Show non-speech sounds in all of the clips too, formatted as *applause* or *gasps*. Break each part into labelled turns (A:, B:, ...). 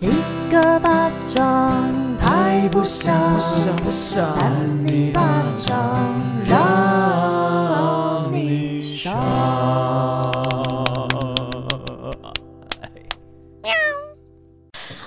A: 一个巴掌拍不响，
B: 不想
A: 扇你巴掌让你伤。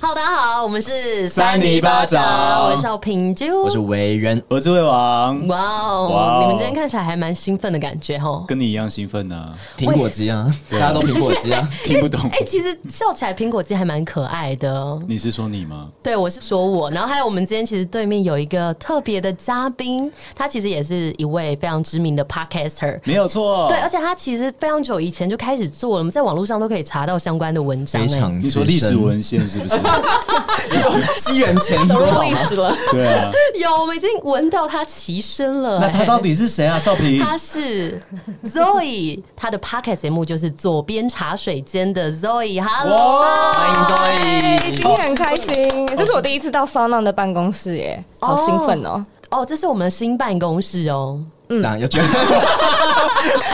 C: 好，大家好，我们是
B: 三尼巴掌
C: 我是小平啾，
B: 我是维人，我是魏王，
C: 哇
B: 哇
C: 哦
B: 哦，
C: 你们今天看起来还蛮兴奋的感觉哦。
D: 跟你一样兴奋呢、
B: 苹果肌啊，大家都苹果肌啊，
D: 听不懂。
C: 哎、其实笑起来苹果肌还蛮可爱的。
D: 你是说你吗？
C: 对，我是说我，然后还有我们今天其实对面有一个特别的嘉宾，他其实也是一位非常知名的
B: 哦
C: podcaster。
D: 没有错。
C: 对，而且他其实非常久以前就开始做了，我们在网络上都可以查到相关的文章、
B: 非
C: 哎，
B: 常
D: 你说历史文献是
C: *laughs*
D: 不是？
C: 啊
B: 西元前多少吗？
C: 史了，
D: 对啊。
C: *laughs* 有，我们已经闻到他其声了、
D: 那他
C: 哎
D: 到底是谁啊？少平，
C: 他是 Zoe，他的 Pocket 节目就是左边茶水间的 Zoe，Hello，
D: 哇，
B: 欢
E: 哎今
B: 迎 Zoe。
E: 天很开心，这是我第一次到 s o n 的办公室耶，好兴奋哦！
C: 哦，这是我们的新办公室哦。
B: 这样有觉得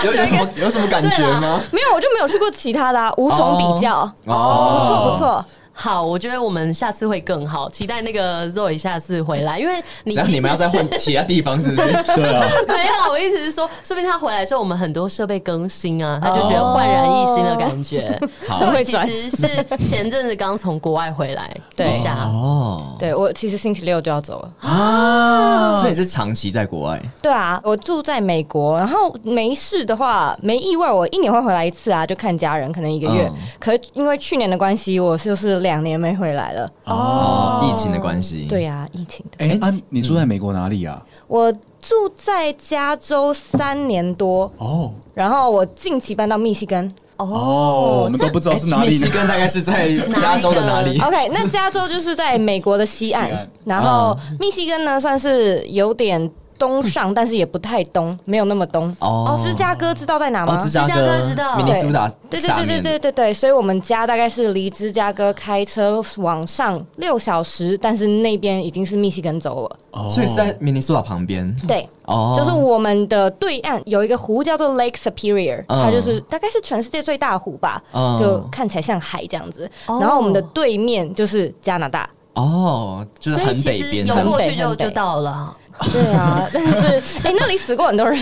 B: 有有什么有什么感觉吗？
E: 没有，我就没有去过其他的啊，无从比较，
B: 哦
E: 不错不。错。
C: 好，我觉得我们下次会更好，期待那个 Zoe 下次回来，因为你
B: 然
C: 其
B: 后
C: 实
B: 你们要再换其他地方是不是？
D: 对啊，
C: 没有，我意思是 *laughs* 说，说不定他回来的时候，我们很多设备更新啊，他就觉得焕然一新的感觉。
B: 哦好
C: 所以其实是前阵子刚从国外回来
E: 对
C: 一下，
B: 哦
E: 对我其实星期六就要走了。
B: 啊，所以是长期在国外
E: 对啊，我住在美国，然后没事的话，没意外，我一年会回来一次啊，就看家人，可能一个月
B: 嗯。
E: 可是因为去年的关系，我就是两年没回来了。
B: 哦，疫情的关系。
E: 对，呀，疫情的。
D: 哎、啊，你住在美国哪里
B: 嗯
D: 啊？
E: 我住在加州三年多，
D: 哦
E: 然后我近期搬到密西根。
D: 哦，我们都不知道是哪
C: 哎
B: 密
D: 里呢
B: 西。根大概是在加州的哪里？
E: OK，那加州就是在美国的西岸，
D: 西岸
E: 然后密西根呢算是有点东上，但是也不太东，没有那么东。
B: 哦
E: 芝加哥知道在哪
B: 哦，
E: 吗？
B: 芝加
C: 芝加
B: 哥
C: 哥知道
B: 明尼苏达
E: 对对
B: 下
E: 对
B: 面
E: 对对对对，所以我们家大概是离芝加哥开车往上六小时，但是那边已经是密西根州了。
D: 哦
B: 所以是在明尼苏达旁边
E: 对，
B: 哦，
E: 就是我们的对岸有一个湖叫做 Lake Superior，、
B: 嗯
E: 它就是大概是全世界最大的湖吧，
B: 嗯
E: 就看起来像海这样子。
C: 哦
E: 然后我们的对面就是加拿大。
B: 哦，就是
C: 所以
B: 很
C: 其
B: 北
C: 实
B: 边
C: 游
B: 的
C: 过去就
E: 很北
C: 就到了。
E: 对啊，但是哎、那里死过很多人，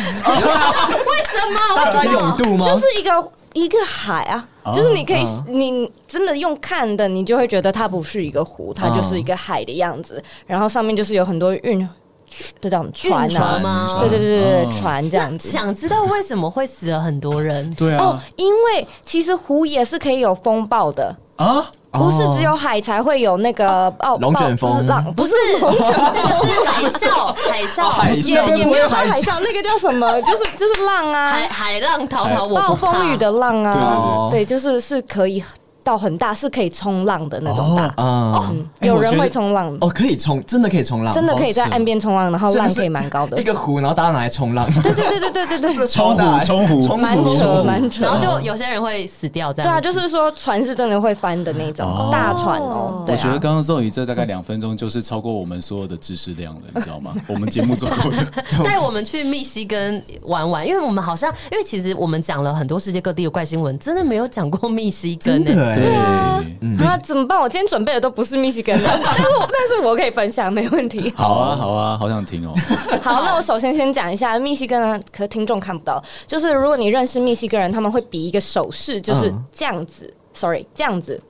C: 为什么？
B: 大
C: 为
B: 在
C: 什
B: 永
C: 么？
B: 渡吗？
E: 就是一个一个海啊，就是你可以、
B: 哦
E: 你真的用看的，你就会觉得它不是一个湖，它就是一个海的样子，然后上面就是有很多运，这叫什么船
C: 运
E: 啊
C: 船？吗
E: 对对对对对，
D: 哦
E: 船这样子。
C: 想知道为什么会死了很多人？
D: 对
E: 哦
D: 啊，
E: 因为其实湖也是可以有风暴的，
D: 啊，
E: 不是只有海才会有那个哦
B: 龙卷
E: 暴
B: 风
E: 浪，
C: 不 *laughs* 是，那个是海啸，哦海啸，
B: 海
E: 也
B: 那边
E: 也
B: 不
E: 没
B: 会
E: 有
B: 有
E: 到
B: 海
E: 海啸，那个叫什么？就是就是浪啊，
C: 海海浪滔滔，我
E: 暴
C: 不怕
E: 风雨的浪
D: 对对
E: 啊，
D: 对
B: 哦
E: 对，就是是可以到很大，是可以冲浪的那种大。
B: 嗯
D: 哦哎
E: 有
D: 我觉
E: 人
D: 得
E: 会冲浪，
B: 哦，可以冲，真的可以冲浪，
E: 真的可以在
B: 好扯
E: 岸边冲浪，然后
B: 真的
E: 浪
B: 是
E: 可以蛮高的
B: 一。个湖，然后大家拿来冲浪，
E: 对对对对对对
D: *laughs*
E: 对，
B: 超大欸
D: 冲湖冲湖
E: 蛮
D: 哦
E: 扯蛮扯
C: 然。后就有些人会死掉，这
E: 对
C: 样
E: 啊，就是说船是真的会翻的那种大船哦。对
D: 我觉得
E: 啊，
D: 刚刚肉宇这大概两分钟就是超过我们所有的知识量了，你知
C: *laughs*
D: 道吗？我们节目做过的，
C: 带我们去密西根玩玩，因为我们好像，因为其实我们讲了很多世界各地的怪新闻，真的没有讲过密西根欸
B: 真
C: 呢、
B: 的哎，
D: 对，
E: 啊怎么办？我今天准备的都不是密西根
D: *laughs*
E: 的，但是我但是我可以分享，没问题。
D: 好啊，好啊，好想听哦。
E: 好，那我首先先讲一下密西根呢，啊可听众看不到，就是如果你认识密西根人，他们会比一个手势，就是
B: 嗯
E: 这样子。Sorry，这样子，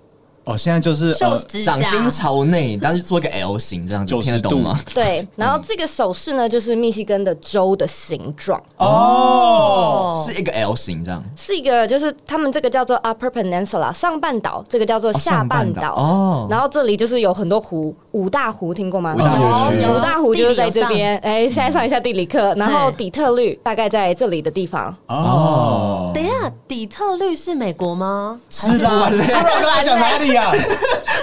D: 哦，现在就是
C: 手
D: 呃
C: 指甲
B: 掌，心朝内，但是做一个 L 型这样子，
D: 90
B: 听得懂吗？
E: 对。然后这个手势呢，就是密西根的州的形状，
B: 哦，是一个 L 型这样，
E: 是一个就是他们这个叫做 Upper Peninsula 上半岛，这个叫做
B: 哦
E: 下半岛。
B: 哦，
E: 然后这里就是有很多湖，五大湖听过吗？哦
B: 五大湖
E: 有
B: 区嗯
E: 五大湖就是在这边。哎，现在上一下地理课。然后底特律大概在这里的地方。
B: 哦
D: 哦，
C: 等一下，底特律是美国吗？
D: 是的啊，不然我要讲哪里呀？啊
B: *laughs*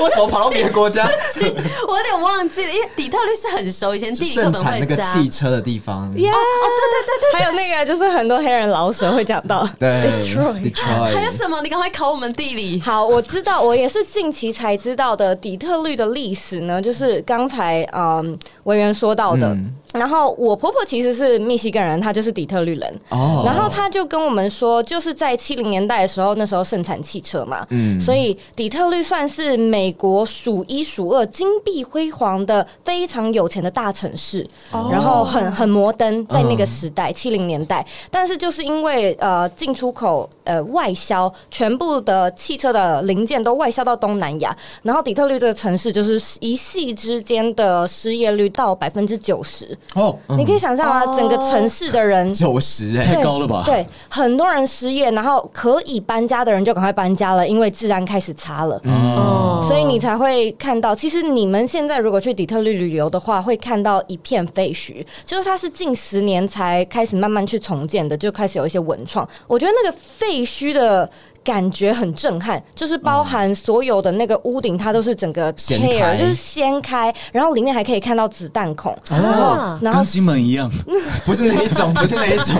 B: 为什么跑到别的国家？
C: 我有点忘记了，因为底特律是很熟，以前地
B: 就
C: 理课
B: 盛
C: 本
B: 产
C: 会
B: 那个
C: 加。
B: 汽车的地方，
E: 耶！对对对还有那个就是很多黑人老舍会讲到。
B: 对
E: Detroit
B: ，Detroit，
C: 还有什么？你赶快考我们地理。
E: 好，我知道，我也是近期才知道的。底特律的历史呢，就是刚才嗯委员说到的。
B: 嗯
E: 然后我婆婆其实是密西根人，她就是底特律人。
B: 哦
E: 然后她就跟我们说，就是在七零年代的时候，那时候盛产汽车嘛，
B: 嗯
E: 所以底特律律算是美国数一数二、金碧辉煌的非常有钱的大城市，
B: 哦
E: 然后很很摩
B: 嗯
E: 登，在那个时代七零、70年代。但是就是因为呃进出口呃外销，全部的汽车的零件都外销到东南亚，然后底特律这个城市就是一夕之间的失业率到百分之九十，
B: 哦，
E: 你可以想象啊，整个城市的人
B: 九十哎，
D: 太高了吧？
E: 对，很多人失业，然后可以搬家的人就赶快搬家了，因为治安开始差了。
C: 哦
E: 所以你才会看到，其实你们现在如果去底特律旅游的话，会看到一片废墟，就是它是近十年才开始慢慢去重建的，就开始有一些文创。我觉得那个废墟的。感觉很震撼，就是包含所有的那个屋顶，它都是整个
B: 掀开
E: tear，就是掀开，然后里面还可以看到子弹孔，
C: 啊
E: 然后
D: 跟金门一样，
B: 不是那一种，不是那一 *laughs* 种，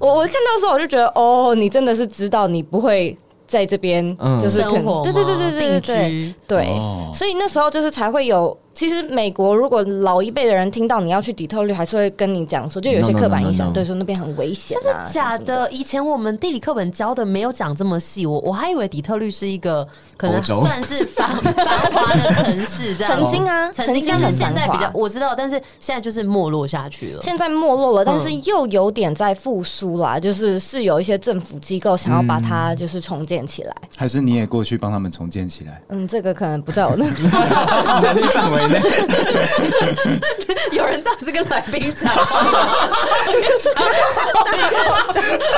E: 我我看到的时候我就觉得，哦，你真的是知道你不会在这边
B: 嗯
E: 就是可
C: 生活嘛
E: 能对对对对对对
C: 定
E: 对
C: 居
E: 对
D: 哦，
E: 所以那时候就是才会有。其实美国如果老一辈的人听到你要去底特律，还是会跟你讲说，就有一些
B: No, no,
E: 刻板印
B: no, no,
E: 象，
B: no.
E: 对说那边很危险啊，
C: 假
E: 什么什么
C: 的，以前我们地理课本教的没有讲这么细，我我还以为底特律是一个可
B: 欧
C: 能
B: 洲
C: 算是繁繁华的城市，这
B: *laughs*
C: 样
E: 曾经啊
C: 曾经，
E: 曾经
C: 但
E: 很
C: 是现在比
E: 繁华
C: 较我知道，但是现在就是没落下去了。
E: 现在没落了，但是又有点在复苏啦，就是是有一些政府机构想要把它就是重建起来。
D: 还是你也过去帮他们重建起来？
E: 嗯，这个可能不在我那，，
C: *laughs*
B: 能力范围
C: *laughs*
B: 内。
C: 有人这样子跟来宾讲话，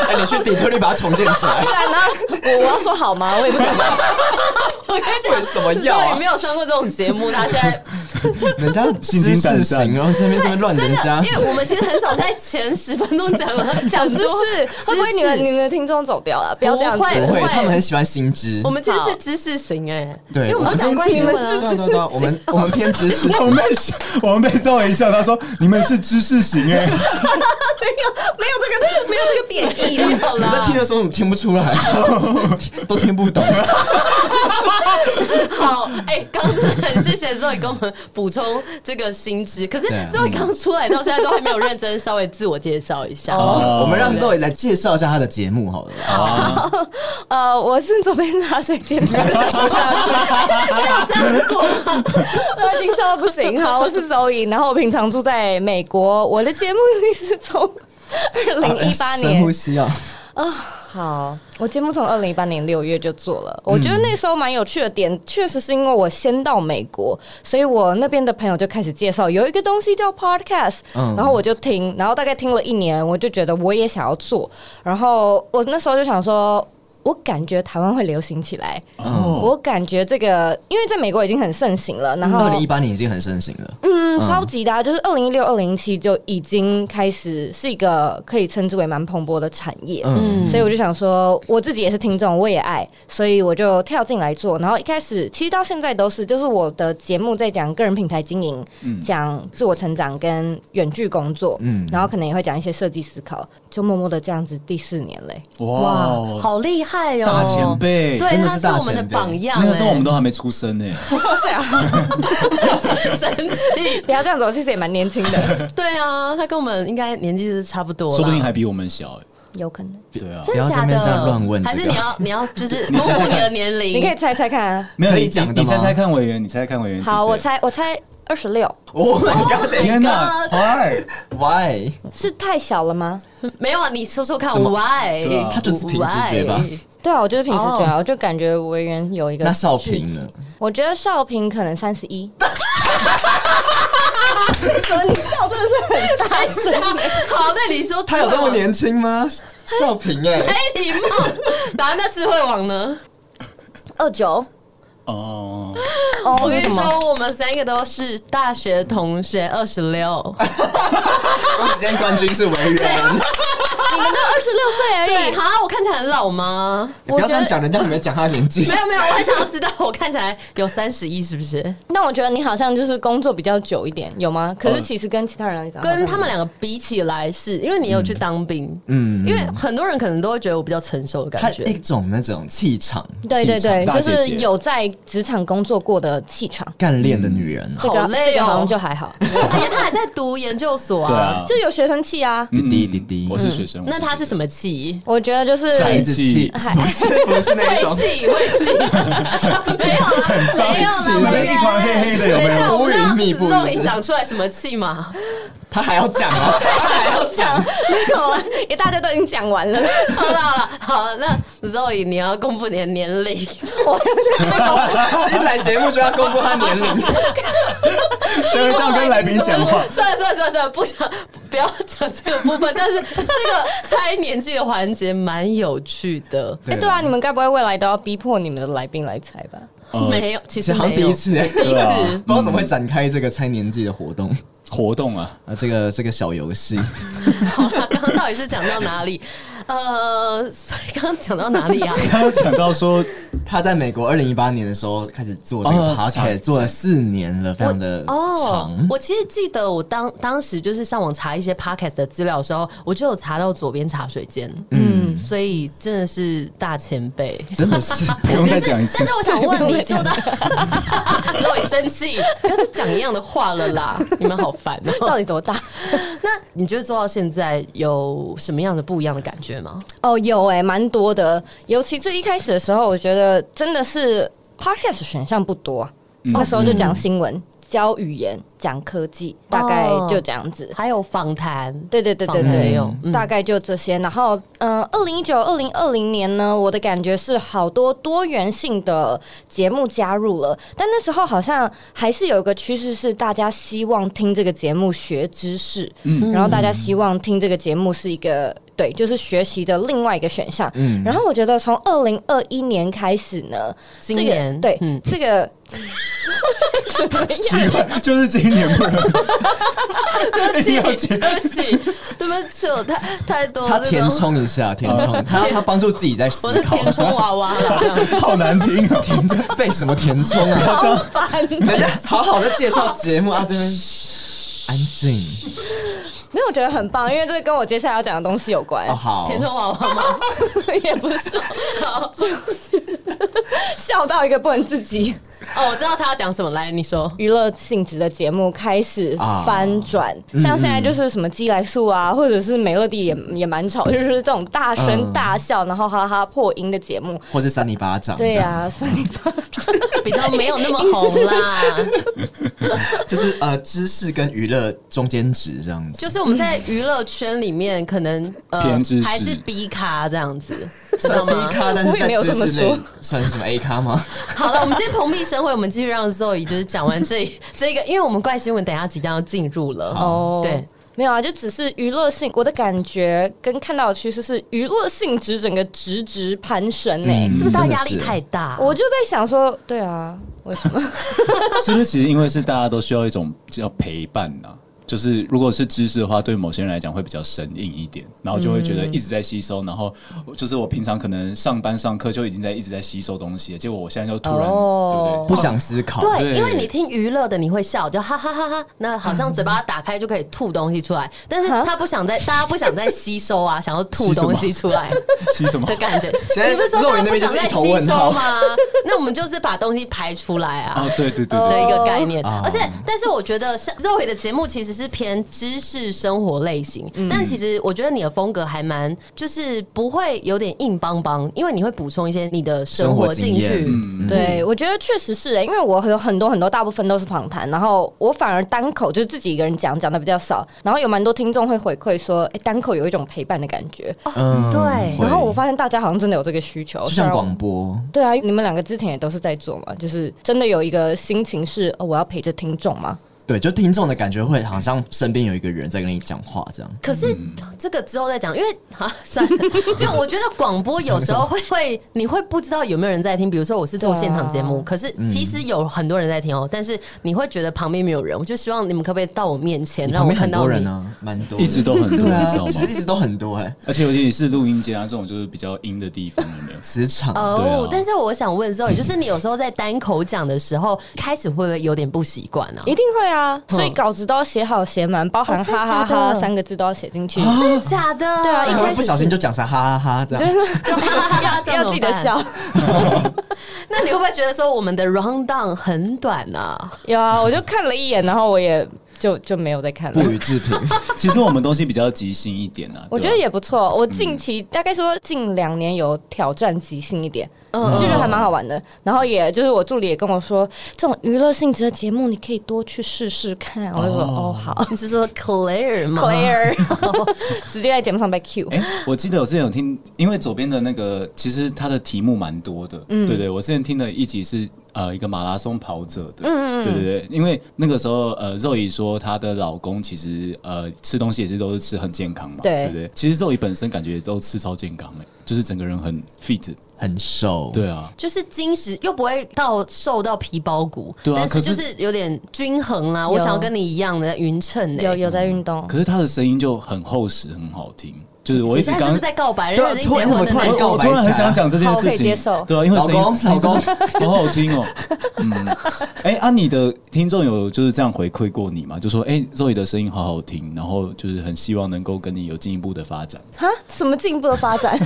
B: 哎，你去底特律把它重建起来
E: 然呢，我我要说好吗？我也不知道。
C: *laughs* 我跟你
B: 为什么
C: 讲，
B: 要
C: 少宇
B: 啊
C: 没？有上过这种节目，他现
B: *laughs*
C: 在
B: 人家
D: 信心
B: 知识
D: 胆
B: 型
D: 战
B: 哦，这边这边乱
C: 真
B: 人家
C: 的，因，为我们其实很少在前十分钟讲 *laughs* 了讲
E: 就
C: 知
E: 是会不会你们你们的听众走掉了？不要这样子，
C: 不
B: 不会
C: 会，
B: 他们很喜欢新知
C: 我。们其实是知识型哎， *laughs*
B: 对
C: 因为我们都讲关于
E: 你们
B: 对对对啊对，我们我们偏知识
D: 我
B: 型
D: 们，被我们被揍一下，他说你们是知识型哎，
E: 没有这个没有这个贬义
B: *laughs*
E: 的，好
B: 你在听的时候你听不出来，都听不 *laughs* 懂。
C: 好，哎、刚才很谢谢 Zoe 给我们补充这个新知，可是
D: 对啊
C: Zoe 刚出来到现在都还没有认真稍微自我介绍一下。
B: 哦我们让豆爷来介绍一下他的节目好了。哦
E: 呃，我是左边茶水间
B: *laughs*
E: 的，
B: 不下去，
E: *laughs* 我已经笑到不行。好，我是周颖，然后我平常住在美国，我的节目是从
B: 啊哎
E: 二零一八
B: 深呼
E: 年。
B: 吸啊！
E: 好，我节目从二零一八年六月就做了。我觉得那时候蛮有趣的点，确实是因为我先到美国，所以我那边的朋友就开始介绍有一个东西叫 podcast，、
B: 嗯
E: 然后我就听，然后大概听了一年，我就觉得我也想要做，然后我那时候就想说。我感觉台湾会流行起来，
D: 哦，
E: 我感觉这个，因为在美国已经很盛行了，然后
B: 二零一八年已经很盛行了，
E: 嗯，超级的、啊，就是二零一六、二零一七就已经开始是一个可以称之为蛮蓬勃的产业。
B: 嗯，
E: 所以我就想说，我自己也是听众，我也爱，所以我就跳进来做。然后一开始，其实到现在都是，就是我的节目在讲个人品牌经营，讲自我成长跟远距工作，
B: 嗯
E: 嗯，然后可能也会讲一些设计思考，就默默的这样子第四年 *laughs* 嘞、
D: 哇，
C: 好厉害哦，
D: 大前辈
C: 对，
B: 真的
C: 他
B: 是
C: 是
B: 大
C: 我们的
B: 前辈
C: 榜样、
D: 那个时候我们都还没出生呢，
C: *laughs* 哎生气，
E: 不要这样子，我其实也蛮年轻的，
C: 对啊，他跟我们应该年纪是差不多啦，
D: 说不定还比我们小哎。
E: 有可能。
D: 对啊，
C: 真的
B: 不要在
C: 假
B: 那
C: 的
B: 边这样乱问这个
C: 还是你要你要就是
B: *laughs*
C: 公布你的年龄，
E: 你可以猜猜看、啊，
D: 没有
B: 可以
D: 你
B: 讲的吗
D: 你猜猜看委员，你猜猜看委员。
E: 好，我。猜，我猜二十六，
B: Oh my god！等一
D: 天哪
C: God
D: ，Why？
B: 下 Why？
E: 是太小了吗？
C: 没有啊？你说说看
B: 怎么
C: ，why？
D: 对啊
B: 他就是凭直觉吧
C: Why？
E: 对啊，我就是平时这样，我就感觉维园有一个。
B: 那少平呢？
E: 我觉得少平可能三十 *laughs* 一。怎么你笑真的是很大
C: 太像， *laughs* 好，那你说
B: 他有这么？年轻吗？少平
C: *laughs* 哎
B: 哎，，
C: 礼貌。 *laughs* 然后那智慧王呢？
E: 二九？
D: 哦，
E: 哦
C: 我跟你说，我们三个都是大学同学，二十六，
B: 我今天冠军是维园，
E: 你们都二十六岁而
C: 对，
E: 已。
C: 哈，我看起来很老吗？
B: 你不要这样讲，人家还没讲他的年纪
C: 没。有没有，我很想要知道，我看起来有三十一是不是？
E: 那我觉得你好像就是工作比较久一点，有吗？
D: 呃
E: 可是其实跟其他人来讲，
C: 跟他们两个比起来是，因为你有去当兵，嗯，因为很多人可能都会觉得我比较成熟的
B: 他
C: 感觉
B: 一。种那种气场，
E: 对对对，
D: 气场大
E: 就
D: 姐姐
E: 是有在职场工作过的气场。
B: 干练的女人。
E: 这个
C: 好累哦
E: 这个好像就还好，
C: 哎而且他还在读研究所
D: 对啊
C: 啊，
E: 就有学生气啊。
B: 滴滴滴滴
D: 嗯我是学生生。
C: 嗯那它是什
D: 么？
C: 么气？
E: 我觉得就是
B: 骰子
D: 气
B: 气，不是不是那一
C: 晦
B: 种，
C: 气，晦气， *laughs* 没有啦，没有啦，
B: 里
C: 我们
B: 面一团黑黑的，有没
C: 等一下，
B: 有？
C: 我
B: 乌
C: 不知
B: 云密布。
C: 道你讲出来什么气嘛？
B: 他还要讲啊，他还要讲。
E: *laughs* 没有啊，也大家都已经讲完了。
C: *laughs* 好了好了，好，那 Zoe 你要公布你的年龄，
B: *laughs* 一来节目就要公布他年龄，谁会这样跟来宾讲话？
C: *laughs* 算了算了算了算了，不想不要讲这个部分，但是这个猜年纪的环节蛮有趣的。
E: 哎，对啊，你们该不会未来都要逼迫你们的来宾来猜吧？
D: 呃
C: 没有，其
B: 其实
C: 实
B: 好像
C: 没
B: 第
C: 有
B: 一，次，哎
C: 第一
D: 对啊
C: 次。
B: 不知道怎么会展开这个猜年纪的活动
D: 活动啊，
B: 啊，这个这个小游戏，
C: 好了， *laughs* 刚刚到底是讲到哪里？呃，所以刚刚讲到哪里啊？
D: 他有讲到说，
B: 他在美国二零一八年的时候开始做这个
D: 哦
B: podcast，
D: 长
B: 做了四年了，非常的
C: *laughs* 哦
E: *laughs*
B: 长，。
C: 我其实记得我当当时就是上网查一些 podcast 的资料的时候，我就有查到左边茶水间，嗯，所以真的是大前辈。
B: 真的是
D: 不用再讲一次
C: 但是。我想问你 *laughs* 做到，让我生气，不要再讲一样的话了 *laughs* 啦！你们好烦哦、
E: 到底多大？
C: 那你觉得做到现在有什么样的不一样的感觉吗？
E: *laughs* 哦，有哎、蛮多的。尤其最一开始的时候，我觉得真的是 podcast 选项不多啊、那时候就讲新闻、教语言、讲科技，大概就这样子。
C: 还有访谈，
E: 对对对对
C: 访谈
E: 对
C: 也，有嗯
E: 大概就这些。然后，呃，二零一九、二零二零年呢，我的感觉是好多多元性的节目加入了，但那时候好像还是有一个趋势是大家希望听这个节目学知识，
C: 嗯
E: 然后大家希望听这个节目是一个。对，就是学习的另外一个选项。
C: 嗯
E: 然后我觉得从二零二一年开始呢，
C: 今年
E: 这个、对、
B: *laughs*
C: 嗯
E: 这个
D: 奇怪，就是今年不能
C: 对不起，
D: 了解
C: 对不起，对不起，我太太多
B: 他
C: 这
B: 填
C: 种，
B: 充一下，填充，他他帮助自己在
C: 我
B: 思
C: 是
B: 考，
C: 填充娃娃啦，这
B: *laughs*
C: 样
D: 好难听啊！
B: 被什么填充啊？
E: *laughs* 好烦
B: 人家好好的介绍节目啊，这边安静
E: *laughs* 没有，我觉得很棒，因为这跟我接下来要讲的东西有关。
B: 哦，好
C: 填，充娃娃吗？
E: *laughs* 也不是，好，笑到一个不能自己。
C: 哦，我知道他要讲什么，来，你说。
E: 娱乐性质的节目开始翻转，像现在就是什么鸡来素啊，或者是美乐蒂也也蛮吵，就是这种大声
B: 嗯
E: 大笑，然后哈哈破音的节目。
B: 或是扇你巴掌，
E: 对啊，三零八
C: 比较没有那么红啦，
B: *laughs* 就是呃，知识跟娱乐中间值这样子。
C: 就是我们在娱乐圈里面可能呃
D: 偏知识
C: 还是 B 咖这样子，知道
B: 算 B
C: 吗？
B: 咖，但是在知识
E: 我也没有这么
B: 类
E: 说
B: 算是什么 A 咖吗？
C: 好了，我们今天蓬荜生辉，我们继续让 Zoe 就是讲完这这个，因为我们怪新闻等一下即将要进入了
E: 哦，
C: 对。
E: 没有啊，就只是娱乐性。我的感觉跟看到的趋势是娱乐性质整个直直攀升呢、
D: 嗯
C: 是不是大
B: 真
C: 家压
B: 的
C: 力
B: 是
C: 太大？
E: 我就在想说，对啊，为什么？
D: 是不是其实因为是大家都需要一种叫陪伴呐、就是如果是知识的话，对某些人来讲会比较生硬一点，然后就会觉得一直在吸收，然后就是我平常可能上班上课就已经在一直在吸收东西了，结果我现在就突然、
C: 哦
B: 不想思考，
C: 对，
D: 对
C: 因为
B: 哦
C: 你听娱乐的你会笑，就哈哈哈哈，那好像嘴巴打开就可以吐东西出来，但是他不想再，大家不想再吸收啊，想要吐
D: 吸什么
C: 东西出
B: *laughs*
C: 来。
D: 对不对？吸什么
C: 的？感觉。
B: 现在
C: 你不是说
B: 肉
C: 他
B: 眼
C: 不
B: 那边就
C: 想
B: 是一
C: 再
B: 头
C: 吸
B: 问
C: 收
B: 号
C: 吗？那我们就是把东西排出来啊。
D: 哦，对对对
C: 的
D: 对，
C: 一个概念，
B: 哦
C: 而且，但是我觉得像 Zoe 的节目其实是偏知识生活类型，
B: 嗯
C: 但其实我觉得你的风格还蛮，就是不会有点硬邦邦，因为你会补充一些你的生活进
B: 生活经验
C: 去。
D: 嗯，
E: 对，我觉得确实是、欸，因为我有很多很多，大部分都是访谈，然后我反而单口就是自己一个人讲，讲的比较少，然后有蛮多听众会回馈说，哎、单口有一种陪伴的感觉，
C: 哦
B: 嗯
C: 对
B: 会
E: 然后我发现大家好像真的有这个需求，
B: 就
E: 虽
B: 像
E: 然
B: 广播，
E: 对啊，你们两个之前也都是在做嘛，就是真的有一个心情是，哦、我要陪着听众嘛，
C: 嗯
B: 对，就听众的感觉会好像身边有一个人在跟你讲话这样。
C: 可是这个之后再讲，因为 *laughs* 啊，算
B: *laughs*
C: 了，就我觉得广播有时候会会，你会不知道有没有人在听。比如说我是做
E: 对啊
C: 现场节
B: 哦
C: 目，可是其实有很多人在听哦、但是你会觉得旁边没有人。我就希望你们可不可以到我面前，
B: 你
C: 让
B: 旁
C: 我
B: 边
C: 看
B: 很
C: 到
B: 多
C: 你。
B: 人呢，蛮多的，
D: 一直都很多，
B: 对啊，
D: 你知道
B: 其实
D: 吗？
B: 一直都很多哎，
D: 而且尤其你是录音间啊，这种就是比较阴的地方，有没有？
B: 磁场
E: 呃
D: 对
C: 哦、
D: 啊
C: 但是我想问 Zoe，就是
B: *laughs*
C: 你有时候在单口讲的时候，开始会不会有点不习惯
E: *laughs*
C: 啊？
E: 一定会啊，所以
C: 嗯
E: 稿子都要写好写满，包含
C: 哦真的
E: 哈
C: 假
E: 哈
C: 的哦
E: 哈三个字都要写进去，
C: 真的假的？
E: 对啊一
B: 你
E: 开
B: 会
E: 始
B: 不小心就讲成哈哈哈这样，
C: 就 *laughs* 哈哈哈哈这样
E: 要
C: 怎么
E: 记得
C: 办
E: 笑。
C: 那你会不会觉得说我们的 round down 很短啊？
E: 有啊，我就看了一眼，然后我也就就没有再看
B: *laughs*
E: 了
B: 不。予置评。
D: *laughs* 其实我们东西比较即兴一点啊，
E: 我
D: 对
E: 觉
D: 吧
E: 得也不错。我近期、大概说近两年有挑战即兴一点，
C: 嗯
E: 就觉得还蛮好玩的。然后也就是我助理也跟我说，这种娱乐性质的节目你可以多去试试看。 *laughs* 我就说哦
C: *laughs*
E: 好
C: 你是说 Claire 吗
E: ，Claire，直接在节目上被
D: *laughs*
E: Q。
D: 哎、我记得我之前有听，因为左边的那个其实它的题目蛮多的，
C: 嗯
D: 对对，我之前听的一集是呃一个马拉松跑者
C: 嗯
D: 的，对对对，因为那个时候呃肉姨说她的老公其实呃吃东西也是都是吃很健康嘛，对
E: 对
D: 不对，其实肉姨本身感觉也都吃超健
C: 嗯
D: 康、欸，就是整个人很 fit，
B: 很瘦，
D: 对啊。
C: 就是精实，又不会到瘦到皮包骨，
D: 对啊
C: 但
D: 可
C: 是
D: 是
C: 就是有点均衡啦。
E: 有
C: 我想要跟你一样的匀称欸呢。
E: 有有在运
C: 哦
D: *laughs*
E: 动，
D: 可是她的声音就很厚实，很好听，就是我一
C: 你
D: 直
C: 现在是不
D: 刚
C: 是在告白？人
B: 对
C: 家
B: 啊
C: 已经结婚
B: 突
C: 的那
B: 然怎么突然
C: 种。
B: 告
D: 我
B: 白啊
D: 突然很想讲这件
E: 好
D: 事
E: 可以
D: 情，
E: 接受
D: 对啊，因为
B: 老
D: 声音
B: 公
D: 声音
B: 老
D: 真的 *laughs* 好好听哦，嗯，哎、啊，你的听众有就是这样回馈过你吗？就说哎、肉 z 的声音好好听，然后就是很希望能够跟你有进一步的发展。
E: 哈，什么进一步的发展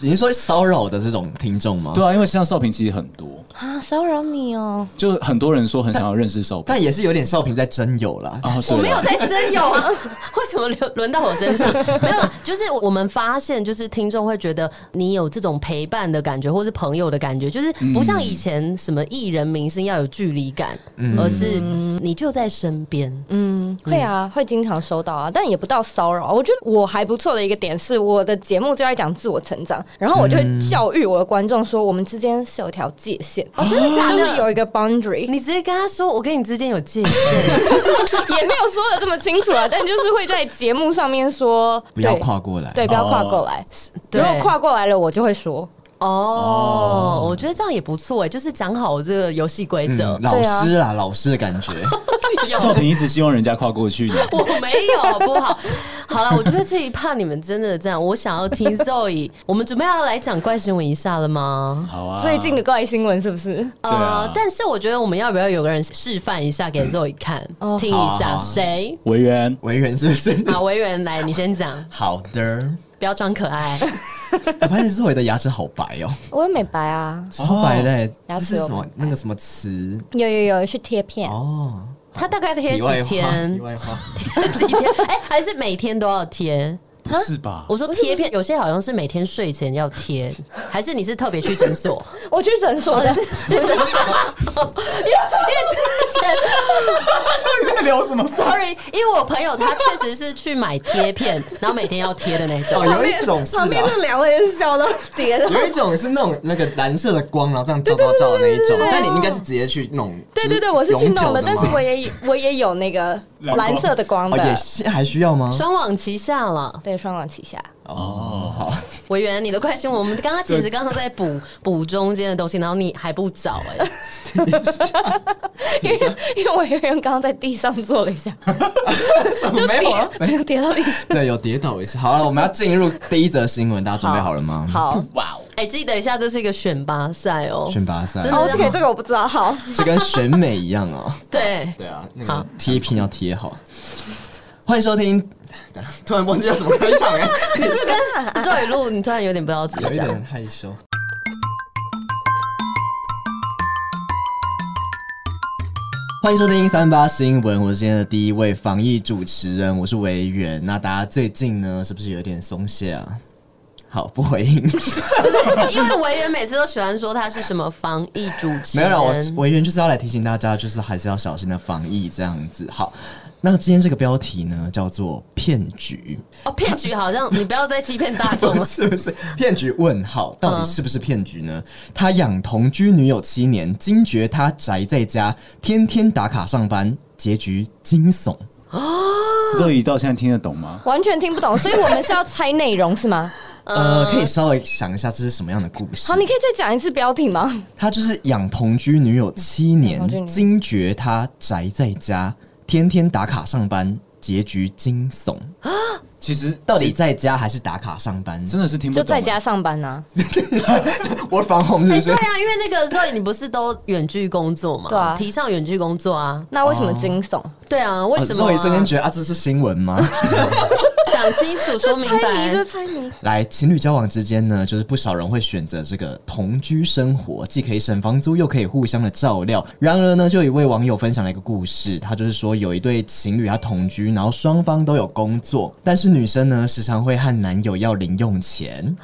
B: 你是说骚扰的这种听众吗？
D: 对，啊，因为像少平其实很多，
E: 啊？骚扰你哦，
D: 就很多人说很想要认识少平
B: 但也是有点少平在真有啦。
D: 啊，
C: 我
D: 是
C: 没有
D: 啊
C: 在真有啊， *laughs* 为什么轮轮到我身上？ *laughs* 没有，就是我们发现，就是听众会觉得你有这种陪伴的感觉，或是朋友的感觉，就是不像以前什么艺人明星要有距离感，而是你就在身边。
E: 嗯，会啊，会经常收到啊，但也不到骚扰。我觉得我还不错的一个点是，我的节目就在讲自我成长，然后我就
B: 嗯
E: 会教育我的观众说，我们之间是有条界限，
C: 哦，真的假
E: 就
C: 的？
E: 是有一个 boundary，
C: 你直接跟他说，我跟你之间有界 *laughs* 限。
E: 也没有说的这么清楚啊，但就是会在节目上面说，
B: *laughs* 不要
E: 对
B: 跨哦过来。
E: 对，不要跨过来。
C: 对
E: 如果跨过来了，我就会说，
C: 哦，我觉得这样也不错哎，就是讲好这个游戏规则
B: 嗯，。老师啊，老师的感
E: *laughs*
B: 觉，
D: 少平一直希望人家跨过去呢。
C: *laughs* 我没有不好，好了，我觉得这一怕你们真的这样，我想要听 Zoe，我们准备要来讲怪新闻一下了吗？
D: 好啊，
E: 最近的怪新闻是不是？
D: 对啊
C: 呃但是我觉得我们要不要有个人示范一下给 Zoe 看，
E: 哦
C: 听一
B: 好
C: 下
B: 啊
C: 谁？
D: 维
E: 啊
D: 园
B: 维园是不是？
C: 好，维园来，你先讲，
B: 好的。
C: 不要装可爱。
B: 哎，发现是我的牙齿好白哦，
E: 我有美白啊，
D: 哦
B: 超白的欸。
E: 牙
B: 这
E: 齿
B: 是
E: 有
B: 什么
E: 白？
B: 那个什么词？
E: 有有有去贴片，
B: 哦，
C: 他大概贴
B: 题外
C: 几
B: 话，
C: 天
B: 题？外话。 *laughs*
C: 几天？哎，还是每天都要贴？
D: 不是吧？
C: 我说贴片，有些好像是每天睡前要贴，还是你是特别去诊所？
E: 我去诊所的，
C: 去诊所啊？因为因为之前
D: *laughs* 在聊什么？
C: Sorry，因为我朋友他确实是去买贴片，然后每天要贴的那
B: *laughs* 哦，
C: 种。
B: 有一种是
E: *laughs* 旁边
B: 啊，
E: 那两位也是笑
B: *laughs*
E: 到跌了。
B: 有一种是那种那个蓝色的光，然后这样照照照的那一种。但你应该是直接去弄。
E: 对对对，我是去
B: 永久
E: 弄的，但是
B: 吗
E: 我也我也有那个
D: 蓝光
E: 蓝色的光
B: 哦，也
E: 的，
B: 是还需要吗？
C: 双网旗下了，
E: 对，双管齐下。
B: 哦，好，
C: 委员，你的快新闻，我们刚刚其实刚刚在补补中间的东西，然后你还不找哎、
E: 因为 *laughs* 因为我有人刚刚在地上坐了一下， *laughs* 就
B: 没有啊
E: 跌，没有 *laughs* 跌到地。
B: *laughs* 对，有跌倒一下。好了，我们要进入第一则新闻，大家准备好了吗？，
E: 好，
D: 哇哦，
C: 哎、记得一下，这是一个选拔赛哦。
B: 选拔赛
C: 真的
E: 哦，这个这个我不知道。好，
B: 就跟选美一样
E: *laughs*
B: 哦。
C: 对，
B: 对啊，那
C: 好
B: 个贴片要贴好。欢迎收听， *laughs* 突然忘记叫什么开场
E: *laughs*
B: *laughs* 哎，
C: 赵雨露，你突然有点不知道怎么
B: 有一
C: 讲。
B: 点害羞。欢迎收听三八新闻，我是今天的第一位防疫主持人，我是维园。那大家最近呢，是不是有点松懈啊？好，不回 *laughs* 应。
C: 因为委员每次都喜欢说他是什么防疫主持人，
B: 没有啦，我委员就是要来提醒大家，就是还是要小心的防疫这样子。好，那今天这个标题呢，叫做“骗局。
C: 哦，骗局好像你不要再欺骗大”，众了
B: *laughs* 是不是？骗局问号，到底是不是骗局呢？
C: 嗯
B: 他养同居女友七年，惊觉他宅在家，天天打卡上班，结局惊悚。
D: 所以到现在听得懂吗？
E: 完全听不懂，所以我们是要猜内容是吗？
C: 嗯
B: 呃，可以稍微想一下这是什么样的故事
E: 好，？你可以再讲一次标题吗？
B: 他就是养同居女友
C: 嗯
B: 七
E: 同居女
B: 年，
E: 友
B: 惊觉他宅在家，天天打卡上班，结局惊悚。
D: 其实
B: 到底在家还是打卡上
C: 哎
B: 班？
D: 真的是听不
E: 就
D: 懂。啊
E: 在家上班啊呢、
B: 我防红是
C: 哎、
B: 不是
C: 对？啊，因为那个时候你不是都远距工作嘛？
E: 对啊
C: 提倡远距工作啊。
E: 那为什么惊悚？
C: 对啊，为什么、
B: 所
C: 啊？
B: 以瞬间觉得啊，这是新闻吗？
C: 讲清楚说明
E: *laughs* 猜谜
C: 白。
E: 就猜谜，
B: 来，情侣交往之间呢，就是不少人会选择这个同居生活，既可以省房租，又可以互相的照料。然而呢，就有一位网友分享了一个故事，他就是说有一对情侣他同居，然后双方都有工作，但是女生呢时常会和男友要零用
C: *gasps*
B: 钱。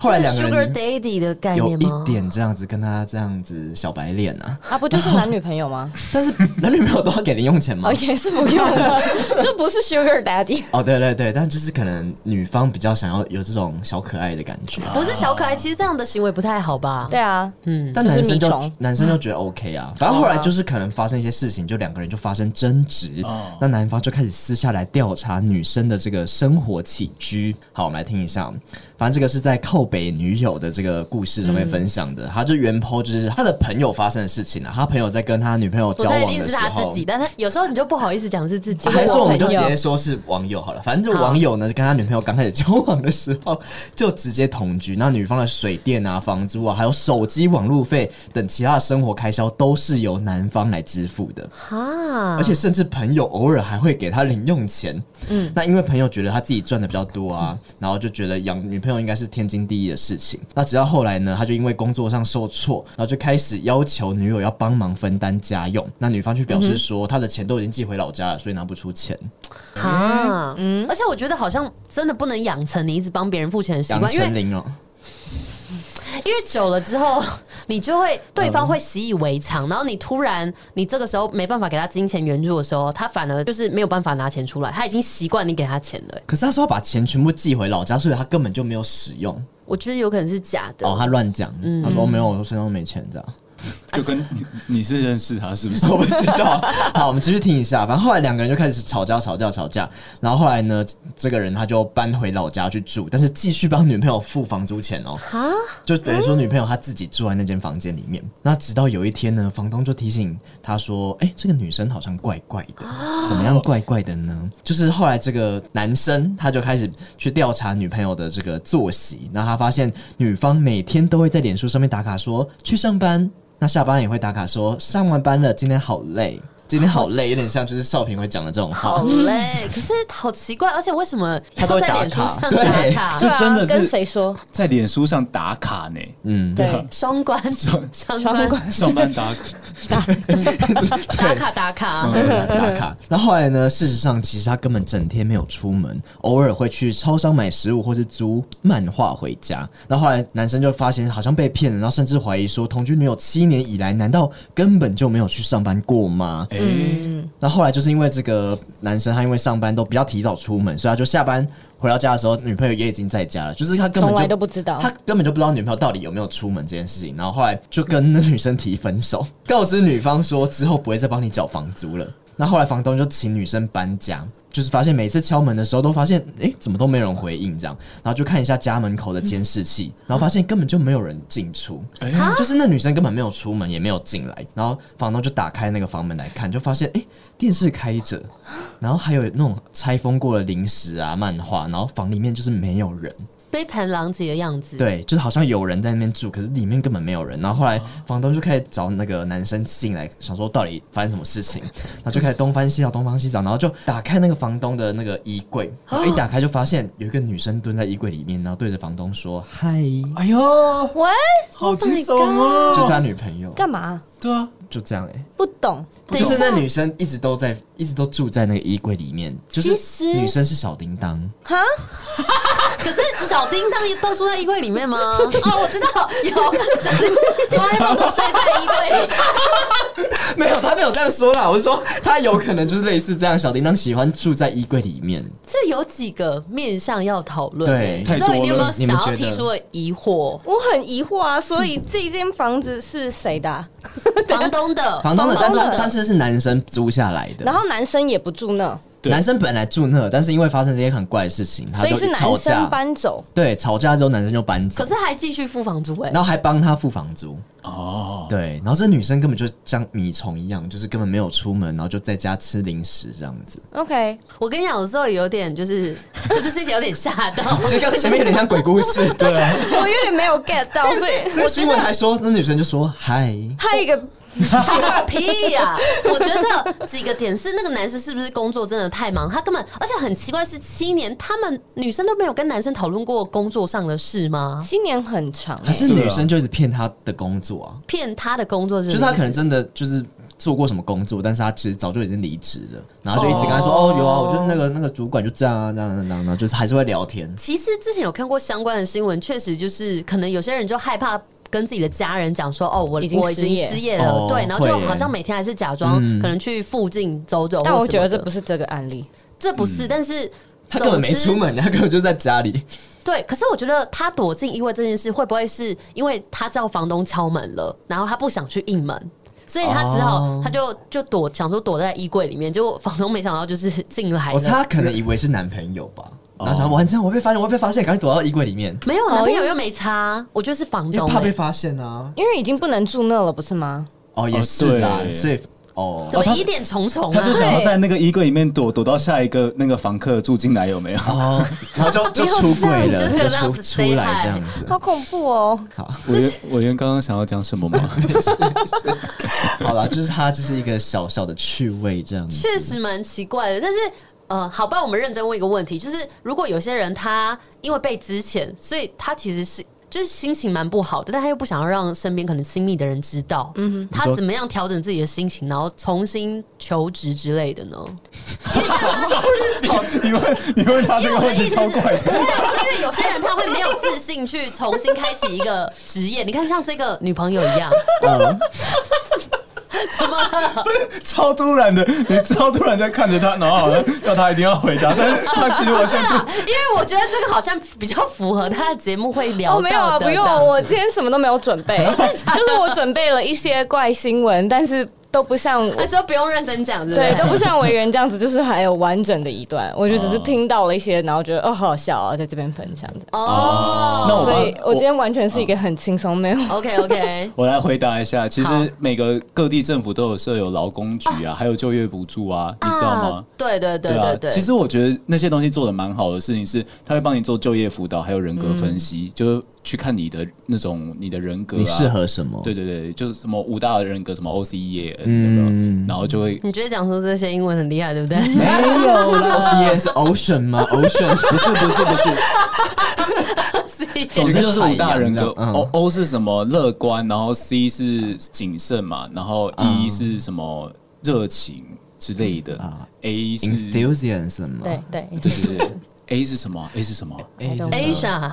B: 后来两个
C: Sugar
B: 人
C: Daddy 的概
B: 有
C: 念吗
B: 一？点这样子跟他这样子小白脸啊，
E: 啊，不就是男女朋友吗？
B: 但是男女朋友都要给零用钱吗
C: *laughs*
E: 哦，？也是不用的，这不是 Sugar Daddy。
B: 哦，对对对，但就是可能女方比较想要有这种小可爱的感觉，
C: 不是小可爱，其实这样的行为不太好吧？
E: 对啊，
C: 嗯，
B: 但
E: 就是
B: 男生
E: 米
B: 就
E: 虫
B: 男生就觉得
C: *laughs*
B: OK 啊，反正后来就是可能发生一些事情，就两个人就发生争执
D: 哦，
B: 那男方就开始私下来调查女生的这个生活起居。好，我们来听一下，反正这个是在靠北女友的这个故事上面分享的，他就原 po 就是他的朋友发生的事情啊，他朋友在跟他女朋友
C: 我
B: 交
C: 猜一
B: 往
C: 定
B: 的
C: 是
B: 时
C: 他
B: 候
C: 自。己，但他有时候你就不好意思讲是自己。
B: 还是我们就
E: 朋
B: 直
E: 友
B: 接说是网友好了，反正就网友呢，跟他女朋友刚开始交往的时候就直接同居，那女方的水电啊、房租啊，还有手机网路费等其他的生活开销都是由男方来支付的，
C: 哈，
B: 而且甚至朋友偶尔还会给他零用钱。嗯，那因为朋友觉得他自己赚的比较多啊，然后就觉得养女朋友应该是天经地义的事情。那直到后来呢，他就因为工作上受挫，然后就开始要求女友要帮忙分担家用。那女方却表示说，她的钱都已经寄回老家了，所以拿不出钱。
C: 哈，嗯，而且我觉得好像真的不能养成你一直帮别人付钱的习
B: 杨
C: 惯，因为
B: 丞琳哦，
C: 因为久了之后，你就会对方会习以为常，然后你突然你这个时候没办法给他金钱援助的时候，他反而就是没有办法拿钱出来，他已经习惯你给他钱了、欸
B: 可是他说要把钱全部寄回老家，所以他根本就没有使用。
C: 我觉得有可能是假的。
B: 哦，他乱讲，他说没有，我身上没钱这样。
D: 就跟你你是认识他是不是？
B: 我不知道。好，我们继续听一下。反正后来两个人就开始吵架、吵架、吵架。然后后来呢，这个人他就搬回老家去住，但是继续帮女朋友付房租钱哦。
C: 啊，
B: 就等于说女朋友她自己住在那间房间里面。那直到有一天呢，房东就提醒她说：“哎、这个女生好像怪怪的，怎么样怪怪的呢？”就是后来这个男生他就开始去调查女朋友的这个作息，那他发现女方每天都会在脸书上面打卡说去上班，那下班也会打卡说上完班了，今天好累。今天好累，有点像就是少平会讲的这种话
C: 好，嘞，可是好奇怪，而且为什么
B: 他都会
C: 在
B: 打
C: 脸书
B: 卡
C: 上
B: 对
C: 打卡
D: 是？真的
E: 对啊跟
D: 是
E: 谁说？
D: 在脸书上打卡呢，
B: 嗯，
E: 对，
C: 双关，双关，
D: 上班打卡。
C: 打卡打卡。
E: *laughs*
B: 打打卡。那后来呢？事实上，其实他根本整天没有出门，偶尔会去超商买食物或是租漫画回家。那后来男生就发现好像被骗了，然后甚至怀疑说，同居女友七年以来，难道根本就没有去上班过吗？
D: 哎、
B: 那后来就是因为这个男生他因为上班都比较提早出门，所以他就下班回到家的时候，女朋友也已经在家了，就是他根本
E: 从
B: 就
E: 来都不知道
B: 他根本就不知道女朋友到底有没有出门这件事情。然后后来就跟那女生提分手，告知女方说之后不会再帮你缴房租了。那后来房东就请女生搬家，就是发现每次敲门的时候都发现，诶，怎么都没有人回应这样，然后就看一下家门口的监视器，然后发现根本就没有人进出，就是那女生根本没有出门，也没有进来，然后房东就打开那个房门来看，就发现诶，电视开着，然后还有那种拆封过的零食啊、漫画，然后房里面就是没有人。
C: 杯盘狼藉的样子，
B: 对，就是好像有人在那边住，可是里面根本没有人。然后后
C: 哦
B: 来房东就开始找那个男生进来，想说到底发生什么事情，然后就开始东翻西找，东翻西找，然后就打开那个房东的那个衣柜，然后一打开就发现有一个女生蹲在衣柜里面，然后对着房东
C: 哦
B: 说嗨，
D: 哎呦，
E: 喂，
D: 好惊悚哦！
B: 就是他女朋友，
E: 干嘛？
D: 对啊，
B: 就这样哎、
E: 不懂，
C: 等一
B: 就
C: 下
B: 是那女生一直都在，一直都住在那个衣柜里面，就是
C: 其实
B: 女生是小叮当， *laughs*
C: 可是小叮当都住在衣柜里面吗？哦，我知道有小叮哆啦 A 梦都睡在衣柜里。
B: 没有，她没有这样说啦，我是说她有可能就是类似这样，小叮当喜欢住在衣柜里面，
C: 这有几个面向要讨论、
B: 对
C: 欸，
B: 太
D: 多
C: 所以你有没有
B: 了你
C: 想
B: 们
C: 要
B: 觉得
C: 提出的疑惑？
E: 我很疑惑啊。所以这间房子是谁的啊、
C: 房东的，
B: *laughs* 房东的，但是
C: 的
B: 但是是男生租下来的。
E: 然后男生也不住那，
D: 对
B: 男生本来住那，但是因为发生这些很怪的事情，他
E: 所以
B: 就是吵
E: 男
B: 架
E: 生。搬走。
B: 对，吵架之后男生就搬走
C: 可，是还继续付房租哎、
B: 然后还帮他付房租。
D: 哦，
B: 对，然后这女生根本就像米虫一样，就是根本没有出门，然后就在家吃零食这样
E: *laughs*
B: 子。
E: OK，
C: 我跟你讲，有时候有点就是，是不是有点吓
B: *laughs*
C: 到？
B: 其实刚才前面有点像鬼故事，对啊。
E: 我有点没有 get 到，所以
B: 这个
C: 我觉
B: 新闻
C: 得
B: 还说，那女生就说嗨，
E: 还有一个
C: 个屁呀、我觉得几个点是那个男生是不是工作真的太忙，他根本而且很奇怪是七年，他们女生都没有跟男生讨论过工作上的事吗？
E: 新年很长、
B: 还
E: 欸，
B: 是啊女生就一直骗他的工作啊？
C: 骗他的工作是
B: 就
C: 不
B: 是
C: 是
B: 他可能真的就是做过什么工作，但是他其实早就已经离职了，然后就一直跟他说哦
C: 哦
B: 有啊，我就是那个那个主管就这样啊，这样这样这样，就是还是会聊天。
C: 其实之前有看过相关的新闻，确实就是可能有些人就害怕。跟自己的家人讲说，哦，我
E: 已经
C: 我已
E: 失
C: 经
E: 业
C: 失业了，
B: 哦
C: 对，然后就
B: 会耶
C: 好像每天还是假装
B: 嗯
C: 可能去附近走走或什
E: 但
C: 么的。
E: 我觉得这不是这个案例。
C: 这不是，但是
B: 嗯他根本没
C: 总之
B: 出门，他根本就在家里。
C: 对，可是我觉得他躲进衣柜这件事，会不会是因为他知道房东敲门了，然后他不想去应门，所以他只好、
B: 哦
C: 他就就躲，想说躲在衣柜里面，结果房东没想到就是 *laughs* 进来
B: 我猜
C: 了。
B: 哦他可能以为是男朋友吧，
D: 哦
B: 然后想完蛋，我被发现，我被发现，赶紧躲到衣柜里面，
C: 没有男朋
E: 哦因
C: 友
E: 为
C: 又没差，我觉得是房
B: 因为
C: 东、
B: 怕被
C: 欸。
B: 发现啊。
E: 因为已经不能住那了，不是吗？
B: 哦，也是啦
D: 哦，对
B: 所以哦
C: 怎
D: 哦他
C: 么疑点重重啊？
D: 他就想要在那个衣柜里面躲，躲到下一个那个房客住进来有没有？
B: 哦，然后
C: *laughs*
B: 就就出柜了，
C: 就这样
B: 就出
C: 子
B: 出来
C: say hi
B: 这样子。
E: 好恐怖哦！
B: 好，
D: 我原我原刚刚想要讲什么 *laughs* 吗？
B: 好啦，就是他就是一个小小的趣味这样子。
C: 确实蛮奇怪的，但是。呃，好吧，我们认真问一个问题，就是如果有些人他因为被之前，所以他其实是就是心情蛮不好的，但他又不想要让身边可能亲密的人知道，嗯，他
B: 你说
C: 怎么样调整自己的心情，然后重新求职之类的呢？
D: 你问你问他 *laughs* 这
C: 因为我
D: 个问
C: 的
D: 题
C: 意思是，
D: 超怪的，
C: 对，是因为有些人他会没有自信去重新开启一个职业，你看像这个女朋友一样，
B: 嗯，
C: 怎么了？
D: 超突然的，你超突然在看着他，然后好像要他一定要回答，但是他其实完全不。
C: *laughs* 因为我觉得这个好像比较符合他的节目会
E: 哦，
C: 聊
E: 没有啊，
C: 到的
E: 不
C: 这样子、
E: 用，我今天什么都没有
C: *laughs*
E: 准备，就是我准备了一些怪新闻，但是都不像我
C: 他说不用认真讲，对不
E: 对
C: 对？，
E: 都不像委员这样子，就是还有完整的一段，我就只是
D: 哦
E: 听到了一些，然后觉得哦，好好笑啊，在这边分享这样。
C: 哦，
D: 那我
E: 所以
D: 帮
E: 我今天完全是一个很轻松，没有
C: OK OK，
D: *laughs* 我来回答一下，其
C: 好
D: 实每个各地政府都有设有劳工局啊，还有就业补助啊， *laughs* 你知道吗
C: 啊？，对对对
D: 啊
C: 对，对，
D: 其实我觉得那些东西做的蛮好的事情是，他会帮你做就业辅导，还有人格分
C: 嗯
D: 析，就是去看你的那种你的人格、啊，
B: 你适。合什么？
D: 对对对，就是什么五大人格，什么 E OCE，
B: 嗯哎
D: 嗯，然后就会
C: 你觉得讲出这些英文很厉害，对不对？
E: *laughs*
B: 没有啦，O C N 是 Ocean 吗？Ocean
D: 不是不是不是，总之就是五大人格。
B: 嗯
D: O O 是什么？乐观，然后 C 是谨慎嘛，然后
B: 嗯
D: E 是什么？热情之类的。A
B: 啊
D: 是
B: enthusiasm 吗？
E: 对对，
D: *laughs* 对对对，A 是什么？A 是什么？
B: 哎
E: 对
B: 就是
C: Asia，
D: 我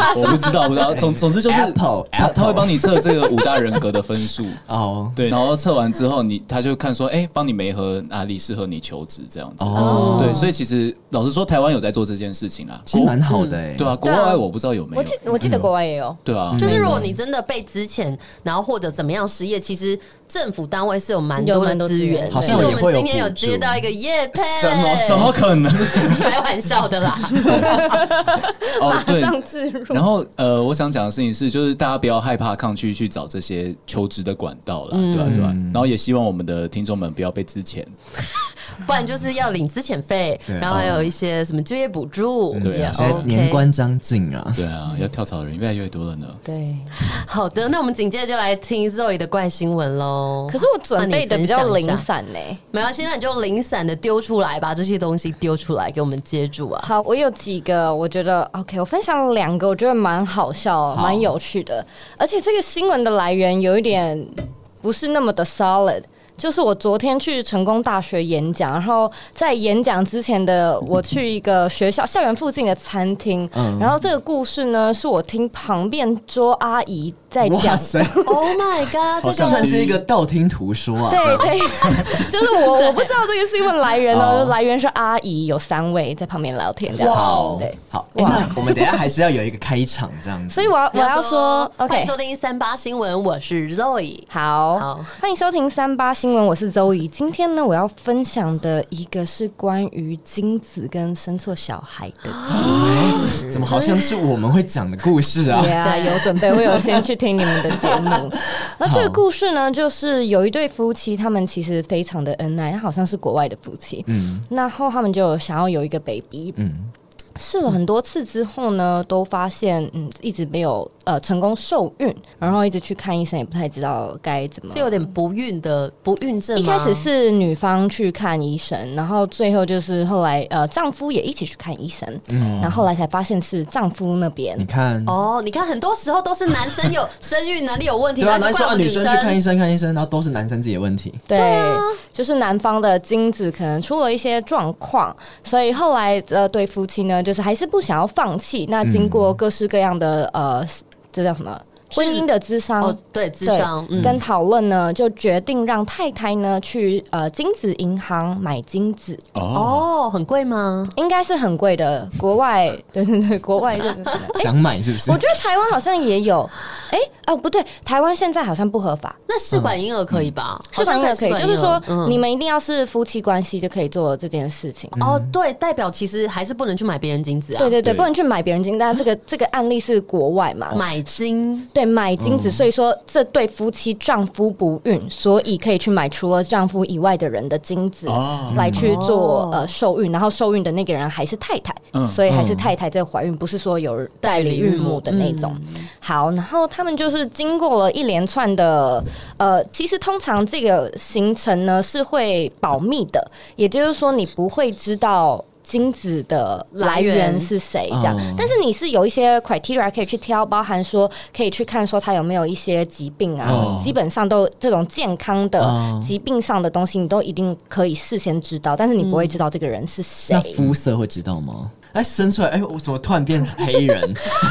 C: 啊
D: 我不知道，我不知道。总总之就是
B: Apple，
D: 他他
B: Apple
D: 会帮你测
B: *laughs*
D: 这个五大人格的分数，
B: 哦
D: 对，然后测完之后你他就看说，哎，帮你媒合哪里适合你求职这样子。
B: 哦，
D: 对，所以其实老实说，台湾有在做这件事情啦。
B: 其实蛮好的哎。嗯
D: 对啊，国
C: 对啊
D: 外我不知道有没
E: 我
D: 有。
E: 记我记得国外也有，
D: 对啊，
C: 就是如果你真的被之前，然后或者怎么样失业，其实政府单位是有蛮多
E: 有蛮
C: 的
E: 多
C: 资
E: 资
C: 源。
E: 源
B: 好
C: 其
B: 像
C: 实
B: 也
C: 我们
B: 会有
C: 今天有
B: 补助
C: 接到一个叶配，
D: 什么怎么？可能？
C: *laughs* 开玩笑的啦，
D: 哦，
E: 马
D: 对。
E: 上置 *laughs* 入。
D: 然后呃，我想讲的事情是，就是大家不要害怕抗拒去找这些求职的管道啦，对吧、啊对吧、
B: 嗯
D: 然后也希望我们的听众们不要被之前，
C: 不然就是要领资遣费，
B: 对
C: 然后还有一些什么就业补助，
D: 对
C: 也
D: 啊
B: 现在
C: 哦 OK
B: 年关将近啊，
D: 对啊，要跳槽的人越来越多了呢。
E: 对，
C: 好的，那我们紧接着就来听 Zoe 的怪新闻喽。
E: 可是我准备的比较零
C: 散。
E: 散呢、
C: 没关系，那你就零散的丢出来吧，这些东西丢出来给我们接住啊。
E: 好，我有几个，我觉得 OK，我分享两个，我觉得蛮好笑、
B: 好
E: 蛮有趣的，而且这个新闻的来源有一点不是那么的 solid。就是我昨天去成功大学演讲，然后在演讲之前的我去一个学校校园附近的餐厅，
B: 嗯
E: 然后这个故事呢是我听旁边桌阿姨在
B: 哇
E: 讲，
B: 塞，
C: Oh my
D: 好
C: god！这个
D: 像
B: 算
C: 很
B: 是一个道听途说啊。
E: 对
B: *laughs*
E: 对，就是我我不知道这个新闻来源
B: 哦
E: 呢，来源是阿姨有三位在旁边聊天这样，
B: 哇哦
E: 对，
B: 好，哎那我们等一下还是要有一个开场这样子。
E: 所以我要我要说
C: 欢
E: OK
C: 迎。收听三八新闻，我是 Zoe。
E: 好，
C: 好
E: 欢迎收听三八新闻，我是周怡。今天呢，我要分享的一个是关于精子跟生错小孩 *laughs* 的，
B: 哎这是怎么好像是我们会讲的故事啊
E: 对？啊，有准备，我有先去听你们的节 *laughs* 目。那这个故事呢，就是有一对夫妻，他们其实非常的恩爱，好像是国外的夫妻，嗯，然后他们就想要有一个 baby，嗯。试了很多次之后呢，都发现嗯，一直没有呃成功受孕，然后一直去看医生，也不太知道该怎么
C: 是。有点不孕的不孕症
E: 一
C: 吗
E: 开始是女方去看医生，然后最后就是后来呃丈夫也一起去看医生，然后后来才发现是丈夫那边
B: 你。看，
C: 哦，你看很多时候都是男生有 *laughs* 生育能力有问题，
B: 对啊，
C: 但
B: 男
C: 是怪
B: 生
C: 我
B: 啊，
C: 们
B: 女
C: 女
B: 生去看医生，看医生，然后都是男生自己的问题。
E: 对，
C: 啊
E: 就是男方的精子可能出了一些状况，所以后来呃对夫妻呢，就是还是不想要放弃。那经过各式各样的、呃，这叫什么
C: 是
E: 婚姻的智商
C: 哦，对，智
E: 对
C: 商，嗯，
E: 跟讨论呢，就决定让太太呢去呃精子银行买精子，
D: 哦，
C: 哦，很贵吗？
E: 应该是很贵的，国外对对对，国外的。
B: 想买是不是
E: 我？觉得台湾好像也有，哎、哦不对，台湾现在好像不合法，
C: 那试管嗯婴儿可以吧？
E: 试管婴儿可以，
C: 好像
E: 就是说、
C: 嗯
E: 你们一定要是夫妻关系就可以做这件事情。
C: 哦，对，代表其实还是不能去买别人精子啊，
E: 对对对，
D: 对
E: 不能去买别人精子，但这个这个案例是国外嘛，
C: 买精
E: 对，买精子，所以说这对夫妻丈夫不孕，所以可以去买除了丈夫以外的人的精子
D: 哦
E: 来去
C: 哦
E: 做呃受孕，然后受孕的那个人还是太太，
D: 嗯
E: 所以还是太太在怀孕，不是说有代理孕母的那种。好，然后他们就是经过了一连串的呃，其实通常这个行程呢是会保密的，也就是说你不会知道。精子的来
C: 来源
E: 源是谁？这样，
D: 嗯
B: 哦
E: 但是你是有一些 criteria 可以去挑，包含说可以去看说他有没有一些疾病啊，
B: 哦
E: 基本上都这种健康的、
B: 哦
E: 疾病上的东西，你都一定可以事先知道，但是你不会知道这个人是谁。
B: 嗯那肤色会知道吗？哎，生出来，哎，我怎么突然变黑人？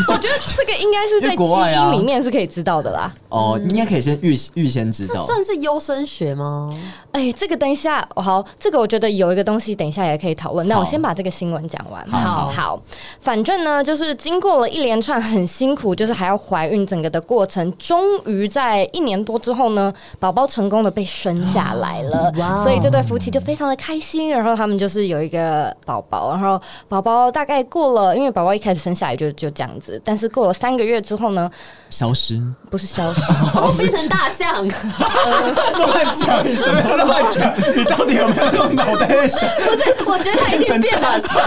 E: 我觉得这个应该是
B: 因
E: 在
B: 为
E: 基
B: 国外啊
E: 因里面是可以知道的啦。
B: 哦，应该可以先预预先知道。
C: 算是优生学吗？
E: 哎，这个等一下，哦好，这个我觉得有一个东西，等一下也可以讨论。那我
B: 好
E: 先把这个新闻讲完。
C: 好
E: 好，反正呢，就是经过了一连串很辛苦，就是还要怀孕整个的过程，终于在一年多之后呢，宝宝成功的被生下来了。
C: 哇哦
E: 所以这对夫妻就非常的开心，然后他们就是有一个宝宝，然后宝宝大概过了，因为宝宝一开始生下来就就这样子，但是过了三个月之后呢，
B: 消失？
E: 不是消失，
C: 哦变成大象，
B: 乱讲，你随便乱 *laughs* 讲，你到底有没有用脑袋在想？
C: *laughs* 不是，我觉得他一定变
B: *laughs*
C: 得，
B: 象，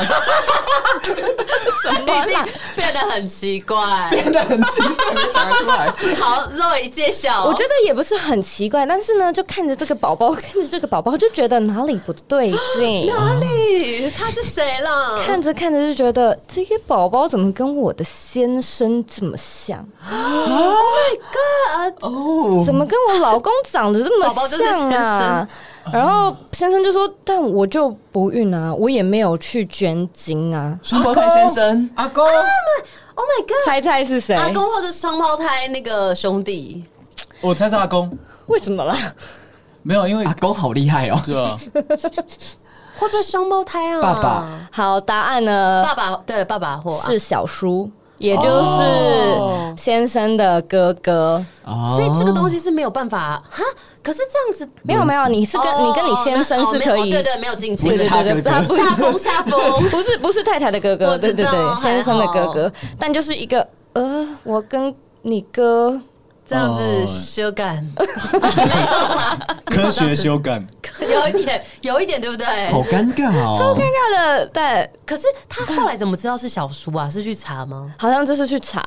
C: 一定变得很奇怪。
B: 真的很奇怪，没讲得出来。
C: 好，肉已揭晓。
E: 我觉得也不是很奇怪，但是呢，就看着这个宝宝，看着这个宝宝，就觉得哪里不对
C: *laughs*
E: 劲。
C: 哪里？他是谁啦？
E: 看着看着就觉得这些宝宝怎么跟我的先生这么像？
B: *laughs*
C: 嗯
B: 哦，
E: 怎么跟我老公长得这么
C: 宝宝就是
E: 像
C: *laughs*
E: 啊？然后先生就说：“但我就不孕啊，我也没有去捐
C: *laughs*
E: 精啊。
B: 双胞胎先生，
D: 阿公，
C: Oh my god！”
E: 猜猜是谁？
C: 阿公或者双胞胎那个兄弟，
D: 我猜是阿公，
E: 为什么啦？
D: 没有，因为
B: 阿公好厉害哦。
D: 对啊，
C: 会不会双胞胎啊？
B: 爸爸，
E: 好，答案呢
C: 爸爸，对，爸爸或
E: 是小叔，也
C: 哦
E: 就是先生的哥哥。
B: 哦
C: 所以这个东西是没有办法哈。可是这样子，
E: 没有没有，你是跟
C: 哦
E: 你跟你先生是可
C: 哦
E: 以
C: 没有哦对对，没有近亲
B: 不，是他哥哥
E: 他不
C: 下风下风。
B: *laughs*
E: 不是不是太太的哥哥，
C: 我
E: 对
C: 知
E: 对
C: 道
E: 对，先生的哥哥，但就是一个呃，我跟你哥
C: 这样子
D: 哦
C: 修改， *laughs*
D: 科学修改，
C: 有一点，有一点，对不对
B: 好？尴尬哦，
E: 尴尬了，但
C: 可是他后来怎么知道是小叔啊？是去查吗？
E: 好像就是去查，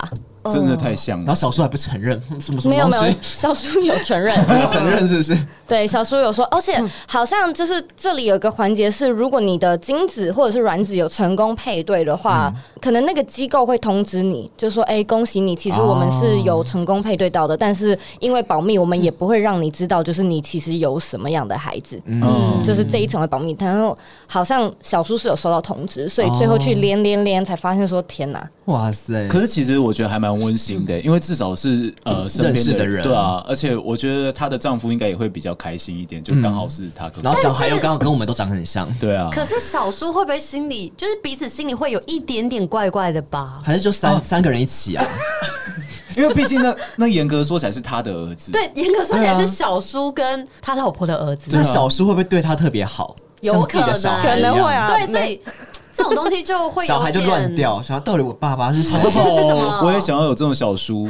D: 真
C: 嗯
D: 的太像
B: 然
D: 了
B: 后。小叔还不承认，什么什么
E: 没有没
B: 东
E: 有
B: 西，
E: 小叔有
B: *laughs*
E: 承认，
B: 没有承认是不是？
E: 对，小叔有说，而且好像就是这里有个环节是，如果你的精子或者是卵子有成功配对的话，可能那个机构会通知你，就说，哎、恭喜你，其实我们是有成功配对到的，但是因为保密，我们也不会让你知道，就是你其实有什么样的孩子。
D: 嗯
E: 就是这一层会保密，然后好像小叔是有收到通知，所以最后去连连连才发现说天哪，
B: 哇塞，
D: 可是其实我觉得还蛮温馨的，因为至少是呃身边
B: 认识的人
D: 人，对啊，嗯而且我觉得她的丈夫应该也会比较开心一点，就刚好是她哥哥
B: 然后小孩又刚好跟我们都长很像，
D: 对啊，
C: 可是小叔会不会心里就是彼此心里会有一点点怪怪的吧？
B: 还是就三三个人一起啊？
D: 因为毕竟那那严格说起来是他的儿 *laughs* 子，
C: 对，严格说起来
B: 对
C: 是
B: 啊
C: 小叔跟他老婆的儿子
B: 这。小叔会不会对他特别好？
C: 有
B: 像自己的小孩
C: 可
E: 能
B: 一样
E: 会啊
C: 对，所以这种东西就会有
B: 小孩就乱
C: 点。
B: 掉，想到底我爸爸是谁？
C: 这是什么
D: 哦我也想要有这种小叔，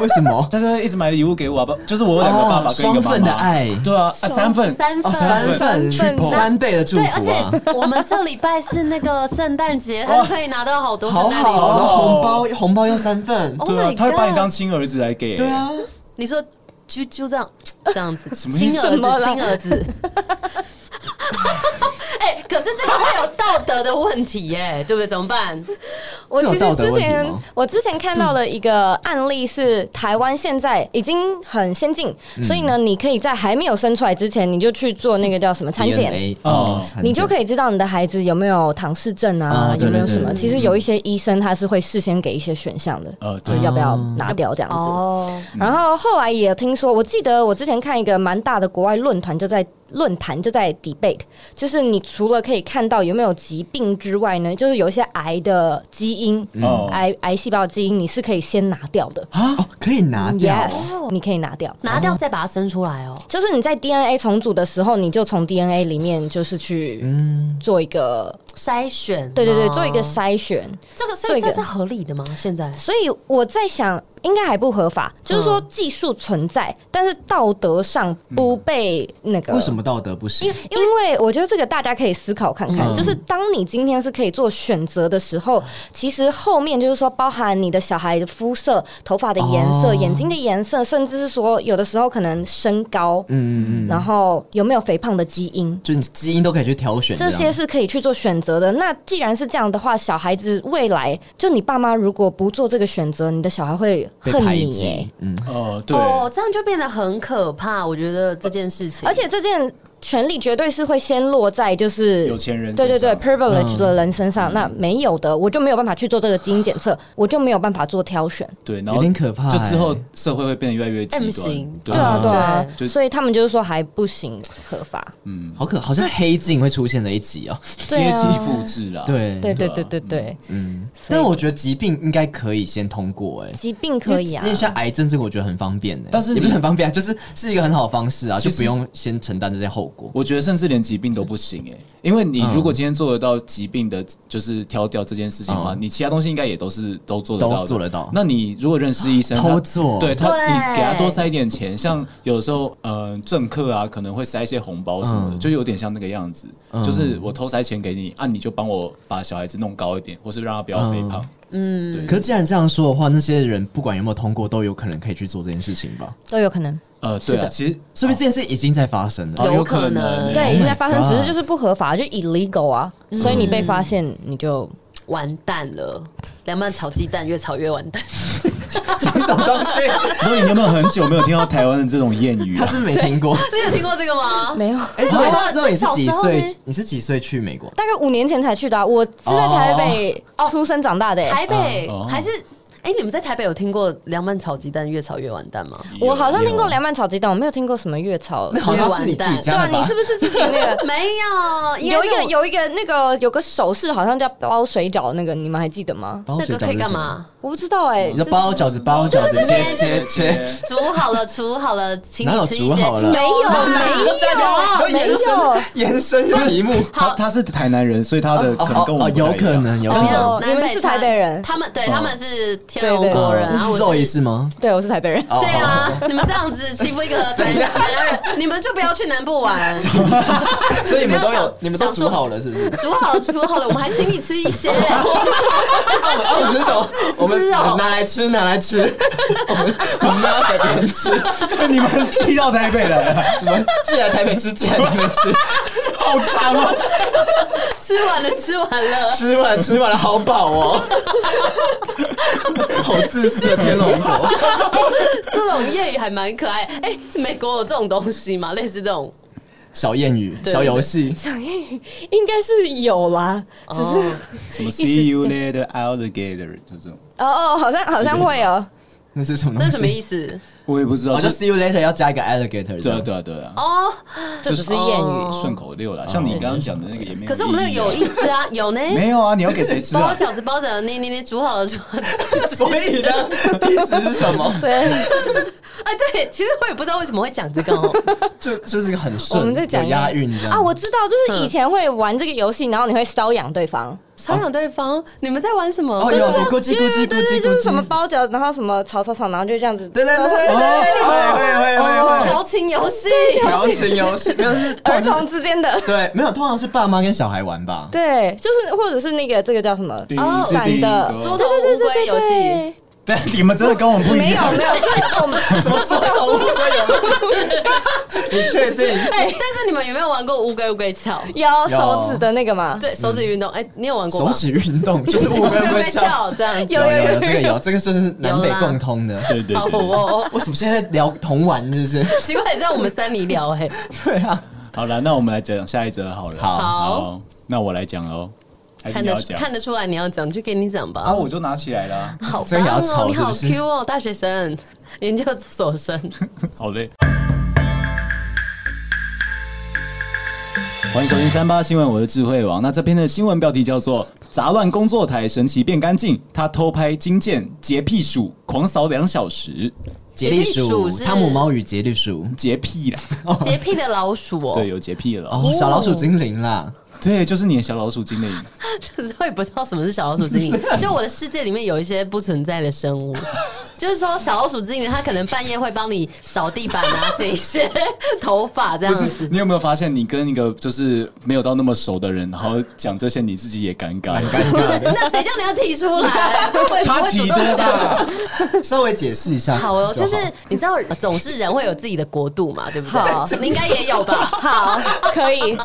B: 为什么？
D: 他就会一直买礼物给我啊，爸就是我有两个爸爸
B: 哦
D: 跟一个妈妈，
B: 双份的爱
D: *laughs* 对啊，啊三份，
C: 三
B: 哦，
C: 分。
B: 三份
E: 三份
B: 三倍的祝
C: 对，而
B: 福啊！
C: 且我们这礼拜是那个圣诞节，他就可以拿到好多
B: 好
C: 圣诞礼
B: 好
C: 物。
B: 哦，然
D: 哦
B: 后红包红包要三份，
C: Oh
E: 哦
D: 对
C: my
D: 啊，
C: god
D: 他会把你当亲儿子来给，
B: 对，啊，
C: 你说就就这样这样子，
D: 么意思
C: 亲儿
E: 什么
C: 子，
E: 啦
C: 亲儿子。 *laughs* 哎、可是这个会有道德的问题耶、 *laughs* 对不对？怎么办？
E: 我
B: 这有
E: 其
B: 道
E: 实
B: 德
E: 之
B: 问题
E: 前
B: 吗
E: 我之前看到了一个案例是，台湾现在已经很先进，
B: 嗯
E: 所以呢，你可以在还没有生出来之前，你就去做那个叫什么产检。
B: DNA 哦，
E: 你就可以知道你的孩子有没有唐氏症啊
B: 啊，
E: 有没有什
B: 对
E: 么？
B: 对对
E: 其实有一些医生他是会事先给一些选项的，
D: 呃对
E: 就，要不要拿掉这样子。
C: 哦，
E: 然后后来也听说，我记得我之前看一个蛮大的国外论坛，就在论坛就在 debate，就是你除了可以看到有没有疾病之外呢，就是有一些癌的基因，
B: 嗯
D: 哦
E: 癌癌细胞基因你是可以先拿掉的。
B: 啊，哦可以拿掉
E: Yes，
B: 哦。
E: 你可以拿掉。
C: 拿掉再把它生出来哦。
E: 就是你在 DNA 重组的时候，你就从 DNA 里面就是去
B: 嗯
E: 做一个，
C: 筛选，
E: 对对对，做一个，筛选。
C: 这个所以这
E: 做一个
C: 是合理的吗？现在
E: 所以我在想，应该还不合法，就是说技术存在，但是道德上不被那个。
B: 哦为什么道德不行？
E: 因为我觉得这个大家可以思考看看，
B: 嗯
E: 就是当你今天是可以做选择的时候，其实后面就是说，包含你的小孩的肤色、头发的颜色、
B: 哦
E: 眼睛的颜色，甚至是说有的时候可能身高，
B: 嗯嗯嗯，
E: 然后有没有肥胖的基因。
B: 就你基因都可以去挑选
E: 这
B: 样
E: 些是可以去做选择的。那既然是这样的话，小孩子未来就你爸妈如果不做这个选择，你的小孩会
B: 被
E: 恨
B: 排
E: 你耶、
B: 挤，嗯，
D: 哦对，
C: 哦，这样就变得很可怕。我觉得这件事情，
E: 而且这件权利绝对是会先落在就是
D: 有钱人
E: 对对对
D: 身上
E: privilege
B: 嗯
E: 的人身上。那没有的，我就没有办法去做这个基因检测，我就没有办法做挑选。
D: 对，然后
B: 有点可怕
D: 就
B: 欸
D: 之后社会会变得越来越极
C: M
D: 端
C: 型，
E: 对啊，对啊，
D: 就
E: 所以他们就是说还不行合法。
B: 好可，好像黑镜会出现的一集哦。
E: 对
D: 阶
E: 啊
D: 级复制啦，
B: 对
E: 对对
D: 对啊
E: 对对对，
B: 嗯，
E: 所以
B: 但我觉得疾病应该可以先通过，哎，
E: 疾病可以啊
B: 因为，像癌症这个我觉得很方便的，
D: 但是
B: 也不是很方便啊，就是是一个很好的方式啊，
D: 其
B: 就
D: 实
B: 不用先承担这些后果。
D: 我觉得甚至连疾病都不行哎、因为你
B: 嗯
D: 如果今天做得到疾病的，就是挑掉这件事情的话，
B: 嗯
D: 你其他东西应该也都是都做得到的
B: 都做得到
D: 那你如果认识医生， *laughs* 他
B: 偷做
D: 对他，
C: 对
D: 你给他多塞一点钱，像有时候呃政客啊可能会塞一些红包什么的，
B: 嗯
D: 就有点像那个样子，
B: 嗯
D: 就是我偷塞钱给你啊，你就帮我把小孩子弄高一点，或是让他不要肥胖。嗯，
B: 可
D: 对，
B: 是既然这样说的话，那些人不管有没有通过，都有可能可以去做这件事情吧？
E: 都有可能。
D: 呃，对
E: 是
D: 啊，
E: 的
D: 其实
B: 说不定这件事已经在发生了。
D: 哦
C: 有
D: 可
C: 可能
E: 对，
D: *laughs* 欸
E: 已经在发生，
B: God
E: 只是就是不合法，就 illegal 啊，所以你被发现你就
C: 完蛋了，凉拌炒鸡蛋越炒越完蛋。
B: 这种东西，
D: *laughs* 所以你有没有很久没有听到台湾的这种谚语、 *laughs*
B: 他
D: 啊？
B: 是没听过。
C: *laughs* 你有听过这个吗？
E: 没有。
B: 哎，
C: 真的
B: 那之后你是几
C: 哦这小时候呢
B: 岁？你是几岁去美国？
E: 大概五年前才去的、啊，我是在台北出生长大的、欸。
C: 台北
D: 哦
C: 还是哎、你们在台北有听过凉拌炒鸡蛋越炒越完蛋吗？
E: 我好像听过
D: 有
E: 凉拌炒鸡蛋，我没有听过什么月炒。
B: 那好像是你自己
E: 对
B: 家
E: 啊，
B: 的吧？
E: 你是不是之前那
C: *laughs*
E: 个
C: 没有，
E: 有一
C: 应该是
E: 个
C: 我
E: 有一个那个有个手势，好像叫包水饺那个，你们还记得吗？
B: 包
C: 那
B: 水
C: 个
B: 饺
C: 可以
B: 是
C: 干
B: 什么？
C: 嘛？
E: 我不知道哎、
B: 你
E: 就
B: 说包啊饺子，包饺子，切切切。
C: *laughs* 煮好了，煮好了，请
B: 哪有
C: 你吃一
B: 煮
C: 些。
B: 好了
E: 没有
C: 啊
E: 没有
B: 都
E: 没
B: *laughs* 延
E: 有
B: 伸。延伸题目，
D: 他他是台南人，所以他的可能跟我们
B: 哦有
D: 不太一样
B: 可能有
C: 怎
B: 可
C: 么
B: 能。
C: 样
E: 哦你们是台北人
C: 他们对
B: 哦
C: 他们是天龙国人，
E: 对对
C: 然后
B: 嗯肉
C: 我
B: 也
C: 是。
B: 是吗？
E: 对，我是台北人。
B: 哦
C: 对啊，你们这样子欺负一个
B: *laughs*
C: 台南人，你们就不要去南部玩。
B: *laughs* 所以你们都
C: 没有
B: 有
C: 想，
B: 你们都
C: 想说哦
B: 煮好了是不是？
C: 煮好了，煮好了，我们还请你吃一
B: *laughs*
C: 些。
B: 那我们我们哦是什么？
C: 哦
B: 我们拿来吃，拿
C: *laughs*
B: 来吃，我们我们拿给别人吃，
D: 你们寄到台北来，
B: *laughs* 我们寄来台北吃，寄来台北吃，
D: 好长哦。
C: 吃完了，吃完了。
B: 吃完了吃完了好饱哦，好自私的天龙国，
C: 这种谚语还蛮可爱。哎、美国有这种东西吗？类似这种
B: 小谚语、
C: 对
B: 小游戏，
E: *laughs* 应该是有啦，只是
C: 哦
D: 什
E: *laughs*
D: 么 E See you later, alligator，就这种，
E: 哦哦，好像好像会哦。
B: 那是什么？
C: 那是什么？意思？
D: 我也不知道。
B: 哦，就
D: 就是
B: see you later 要加一个 alligator，
D: 对啊，对啊，对啊，哦
C: 哦，
E: 这只是谚语。
D: 顺口溜啦。像你刚刚讲的那个也没有。
C: 可是我们那个有意思啊，有呢。
D: 没有啊？你要给谁吃
C: 包
D: 啊？
C: 饺子，包饺
B: *laughs*
C: 子，你你你煮好了煮好了。
B: 所以呢，意思是什么？
E: 对，
C: 啊，对，其实我也不知道为什么会讲这个哦。 *laughs*
B: 就就是一个很顺，
E: 我们哦在讲
B: 有押韵这样
E: 啊，我知道，就是以前会玩这个游戏，然后你会瘙痒对方，
C: 骚扰对方，你们在玩什么？
B: 哦
C: 跟
B: 有
C: 着
B: 什么咕叽咕叽咕
E: 对对，
B: 叽
E: 就
B: 咕
E: 是
B: 叽，
E: 什么包饺，然后什么炒炒炒，然后就这样子。
B: 对对对对对对，会会会会会。
C: 调情游戏，
B: 调情游戏没有是
E: 儿童之间的，
B: 对，没有，通常是爸妈跟小孩玩吧。
E: 对，就是或者是那个这个叫什么？
C: 哦
D: 是第一
E: 的
D: 个
C: 缩头乌龟游戏，
D: *laughs* 对，你们真的跟我们不一
E: 没有
D: 样。
E: 没有，我们
B: *laughs* 什
E: *laughs*
B: 么时候乌龟游戏？你确定？
C: 哎，但是你们有没有玩过乌龟乌龟翘？
E: 有手指的那
B: *laughs*
E: 个嘛？
C: 对，手指运动，哎，你有玩过
B: 手
C: 吗？
B: 指运动就是乌龟
C: 乌
B: 会
C: 龟
B: 翘。
C: 翘这样子，
E: 有
B: 有
E: 有
B: 有这个有，这个是南北共通的。
D: 对对
C: 好
D: 对对，
C: 哦，
B: 为什么现在在聊童玩是不是？
C: 奇怪，很像我们三里聊哎，
B: 对啊，
D: 好了，那我们来讲下一则好了。
B: 好
C: 好，
D: 那我来讲喽，还是
C: 看
D: 你要
C: 得
D: 讲？
C: 看得出来你要讲，就给你讲
D: 啊，
C: 吧。
D: 我就拿起来了，
C: 好
B: 这个
C: 棒
B: 也要
C: 哦，
B: 吵
C: 你
B: 是
C: 好
B: 不是
C: Q 哦，大学生、研究所生，
D: 好嘞。欢迎收听三八新闻，我是智慧王。那这篇的新闻标题叫做《杂乱工作台神奇变干净》，他偷拍金剑洁癖鼠狂扫两小时， *laughs*
B: 杰利鼠
C: 杰利鼠、是
B: 汤姆猫与杰利鼠，
D: 洁癖啦，
C: 洁癖的老鼠哦，
D: 对，有洁癖了。
B: 哦，小老鼠精灵啦，
D: 对，就是你的小老鼠精 *laughs* 灵。
C: *laughs* 所以不知道什么是小老鼠精
D: *laughs*
C: 灵。
D: 啊
C: 就我的世界里面有一些不存在的生物， *laughs* 就是说小老鼠精灵，它可能半夜会帮你扫地板啊，剪一些头发这样
D: 不是，
C: 子。
D: 你有没有发现，你跟一个就是没有到那么熟的人，然后讲这些，你自己也尴尬。
C: 不是，那谁叫你要提出
D: *laughs*
C: 来？会不会不会主动讲？
B: 吧？稍微解释一下就
C: 好
B: 好
C: 哦，就是你知道，总是人会有自己的国度嘛，对不
E: 好
C: 对？你应该也有吧？
E: 好，可以。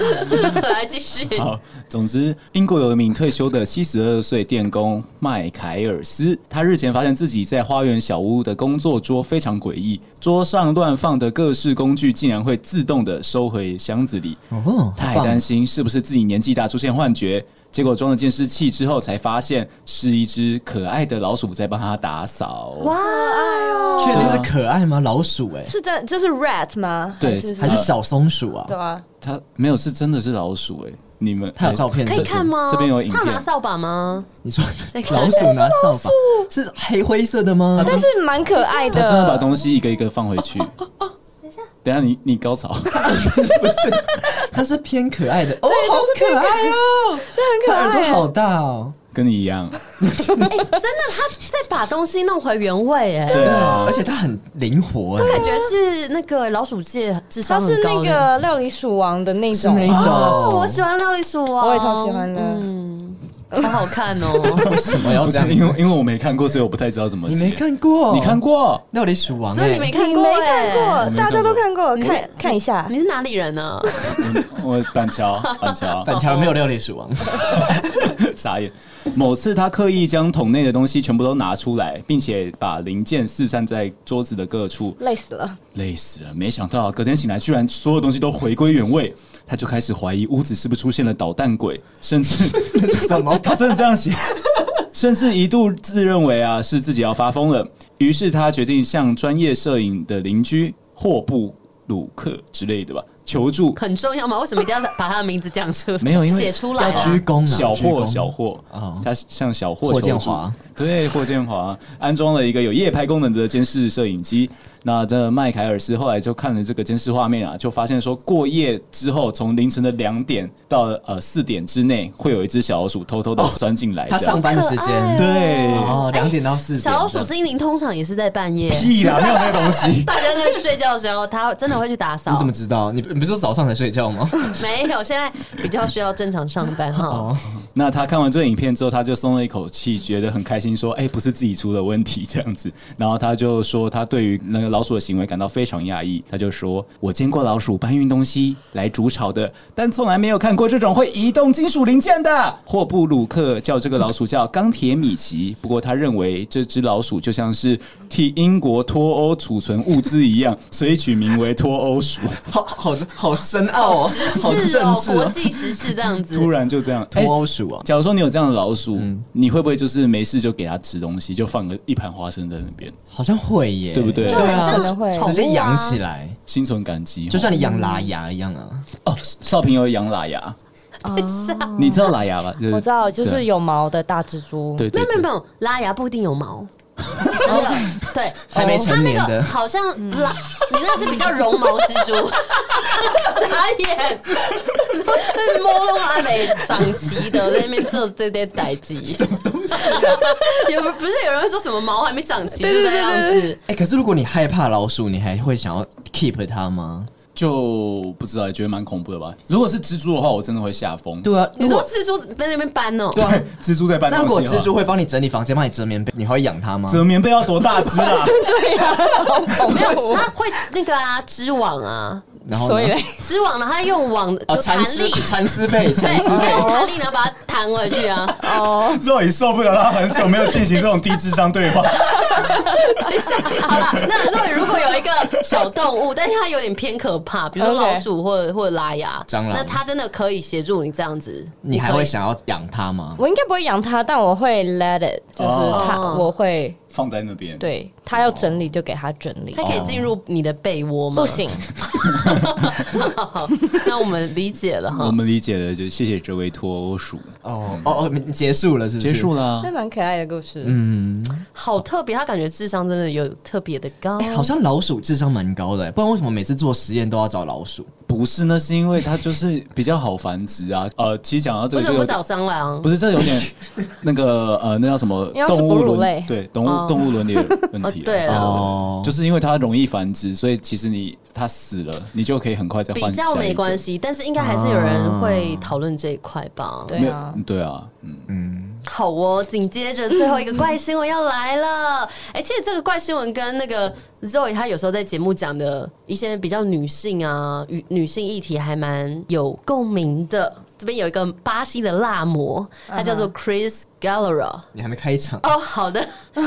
C: *laughs* 来继续。
D: 好，总之，英国有一名退休的七十二岁电工麦凯尔斯，他日前发现自己在花园小屋的工作桌非常诡异，桌上乱放的各式工具竟然会自动的收回箱子里。
B: 哦，
D: 他还
B: 棒
D: 担心是不是自己年纪大出现幻觉，结果装了监视器之后才发现是一只可爱的老鼠在帮他打扫。
E: *laughs* 哇，哎呦，
B: 确定是可爱吗？老鼠哎，
E: 是真的就是 rat 吗？
D: 对
E: 还是
B: 还是小松鼠啊
E: 对？啊，
D: 他没有，是真的是老鼠哎、你们
B: 它有照片，
C: 可以
B: 是不是
C: 看吗？
D: 这边有影
C: 他有拿
D: 片，
C: 扫把吗？
B: 你说 *laughs*
C: 以看
B: 老鼠拿扫把是黑灰色的吗？
E: 但是蛮可爱
D: 他真的把
E: 的。
D: 东西一个一个放回去。 *laughs* 等一下，等下你你高潮。
B: *laughs* 它是偏可爱的哦，好可爱哦，它耳朵好大哦，
D: 跟你一样，
C: 哎，真的，他在把东西弄回原位，哎，
D: 对啊
B: 而，且它很灵活哎，
C: 感觉是那个老鼠界智
E: 它
C: 商
E: 是
C: 很
E: 那
C: 高的
E: 个料理鼠王的那
B: 是
E: 种
B: 哪，一
C: 哦，我
B: 种？
C: 喜欢料理鼠王，
E: 我也超喜欢的
C: 嗯，好好看哦。
B: 为什么要
D: 不
B: 这
D: 是
B: 样？
D: 因为因为我没看过，所以我不太知道怎么
B: 你
D: 接。
B: 没看过？
D: 你看过？
B: 料理鼠
C: *laughs*
B: 王
C: 所以你
B: 哎
C: 没，看
E: 你
C: 过、
E: 没
C: 欸？
E: 看
D: 我
E: 过，
D: 没
E: 大家
D: 看过
E: 都看过，看看一下。
C: 你是哪里人啊呢、
D: 我板
B: *laughs*
D: 桥，板桥，
B: 板桥没有料理
C: *laughs*
B: 鼠王，
D: 傻眼。某次他刻意将桶内的东西全部都拿出来，并且把零件四散在桌子的各处，
E: 累死了，
D: 累死了。没想到隔天醒来，居然所有东西都回归原位。他就开始怀疑屋子是不是出现了捣蛋鬼，甚至
B: 什么
D: 他真的这样写，甚至一度自认为啊是自己要发疯了。于是他决定向专业摄影的邻居霍布鲁克之类的吧求助。
C: 很重要吗？为什么一定要把他的名字讲出来？
D: 没有因为
C: 写出来、
B: 要鞠
C: 啊。
B: 躬啊，
D: 小
B: 鞠
D: 霍，
B: 躬
D: 小霍
B: 哦，
D: 他向小霍
B: 霍
D: 求
B: 建
D: 助
B: 华，
D: 对霍建华安装了一个有夜拍功能的监视摄影机。那这麦凯尔斯后来就看了这个监视画面啊，就发现说过夜之后，从凌晨的两点到呃四点之内，会有一只小老鼠偷偷
B: 哦
D: 的钻进来这
B: 他
D: 样。
B: 上班的时间
D: 对
B: 哦，两点到四点，
C: 小老鼠精灵通常也是在半
B: *laughs*
C: 夜，
D: 屁啦，没有那个东西。
C: 大家在睡觉的时候，他真的会去打
B: *laughs* 你
C: 扫
B: 怎。么知道？你你不是早上才睡觉吗？
C: 没有，现在比较需要正常上班
B: 哦
C: 哈。
D: 那他看完这个影片之后，他就松了一口气，觉得很开心，说：“哎、不是自己出了问题这样子。”然后他就说，他对于那个老鼠的行为感到非常讶异。他就说：“我见过老鼠搬运东西来煮炒的，但从来没有看过这种会移动金属零件的。”霍布鲁克叫这个老鼠叫钢铁米奇，不过他认为这只老鼠就像是替英国脱欧储存物资一样，所以取名为脱欧鼠。
B: *laughs* 好好好深奥哦，好
C: 时事
B: 政
C: 哦，
B: 治
C: 国
B: 哦，
C: 际时事这样子。
D: 突然就这样，哎
B: 脱欧鼠啊，
D: 假如说你有这样的老鼠，你会不会就是没事就给它吃东西，就放个一盘花生在那边，
B: 好像会耶，
D: 对不对
C: 就很
E: 可
C: 像
E: 能会
C: 宠物啊
B: 直接养起来，
D: 心存感激？
B: 就
D: 像
B: 像你养拉牙一样啊。
D: 哦，少平有养喇牙，
C: *laughs*
D: 你知道喇牙吧？
E: 我知道，就是
D: 有
E: 有毛的大蜘蛛。
D: 对
C: 没
D: 对
C: 有没有
B: *laughs*
D: 对
C: 没有，拉牙不一定有毛。真的对，
B: 哦还没成年
C: 他那
B: 的
C: 个好像拉， *laughs* 你那是比较绒毛蜘蛛， *laughs* 傻眼，摸了阿美长齐的在那边做这些代际，
B: 啊
C: 有不是有人会说什么毛还没长齐就那样子，
B: 哎、可是如果你害怕老鼠，你还会想要 keep 它吗？
D: 就不知道，觉得蛮恐怖的吧？如果是蜘蛛的话，我真的会吓疯。
B: 对啊，
C: 你
B: 如
C: 说
B: 果
C: 蜘蛛在那边搬哦，
D: 对， *laughs* 蜘蛛在搬东
B: 那
D: 西啊
B: 如
D: 的话。
B: 果蜘蛛会帮你整理房间，帮你折棉被，你还会养它吗？
D: *laughs* 折棉被要多大只 *laughs* 啊？
E: 哦
C: 没有，它会那个啊，织网啊，
B: *laughs* 然后呢
E: 所以嘞，
C: 织网呢，它用网
B: 哦，
C: 有弹
B: 蚕丝
C: 力。
B: 蚕
C: *laughs*
B: 丝被，
C: 对，
B: 蚕丝
C: 它
B: 被。
C: 用弹力呢把它弹回去啊！
E: 哦，
D: 肉也受不了，他很久没有进行这种低智商对话。 *laughs*
C: 等一下， *laughs* 好了，那如果如果有一个小动物，但是它有点偏可怕，比如说
E: OK
C: 老鼠或者或者拉牙、
B: 蟑螂
C: 那它真的可以协助你这样子，
B: 你还
C: 可以
B: 会想要养它吗？
E: 我应该不会养它，但我会 let it，就是它，
C: 哦
E: 我会
D: 放在那边，，
E: 对它要整理就给它整理
C: 它，可以进入你的被窝吗？
E: 不，行，
B: 哦
C: 好， *laughs* 那我们理解了
D: 我
B: 嗯
C: 哈。
D: 们理解了，就谢谢这位脱欧鼠，
B: 哦哦哦，结束了是不是？
D: 结束了啊
E: 那。蛮可爱的故事。
B: 嗯，
C: 好特别，它感觉智商真的有特别的高，
B: 哎好像老鼠智商蛮高的，不然为什么每次做实验都要找老鼠？
D: 不是，那是因为它就是比较好繁殖啊。呃，其实讲到这
C: 为
D: 个
C: 什
D: 就
C: 么不
D: 有
C: 找
D: 点，
C: 蟑螂
D: 不？是这有点
C: *laughs*
D: 那个呃，那叫什么
E: 因为它是
D: 动
E: 哺
D: 物
E: 乳
D: 伦
E: 类
D: 对动
C: 哦
D: 物动物伦理的问题
C: *laughs* 哦
D: 啊。
C: 对啦
B: 哦
D: 就是因为它容易繁殖，所以其实你它死了，你就可以很快再
C: 比
D: 换。
C: 较没关，系，但是应该还是有人
B: 啊
C: 会讨论这一块吧。
E: 对
D: 没
E: 啊
D: 有，对啊，嗯，
C: 好哦，紧接着最后一个怪新闻要来了。哎、其实这个怪新闻跟那个 Zoe 她有时候在节目讲的一些比较女性啊、女女性议题还蛮有共鸣的。这边有一个巴西的辣模，她叫做 Chris Galera。
B: 你还没开场，
C: 哦，好的。 *laughs*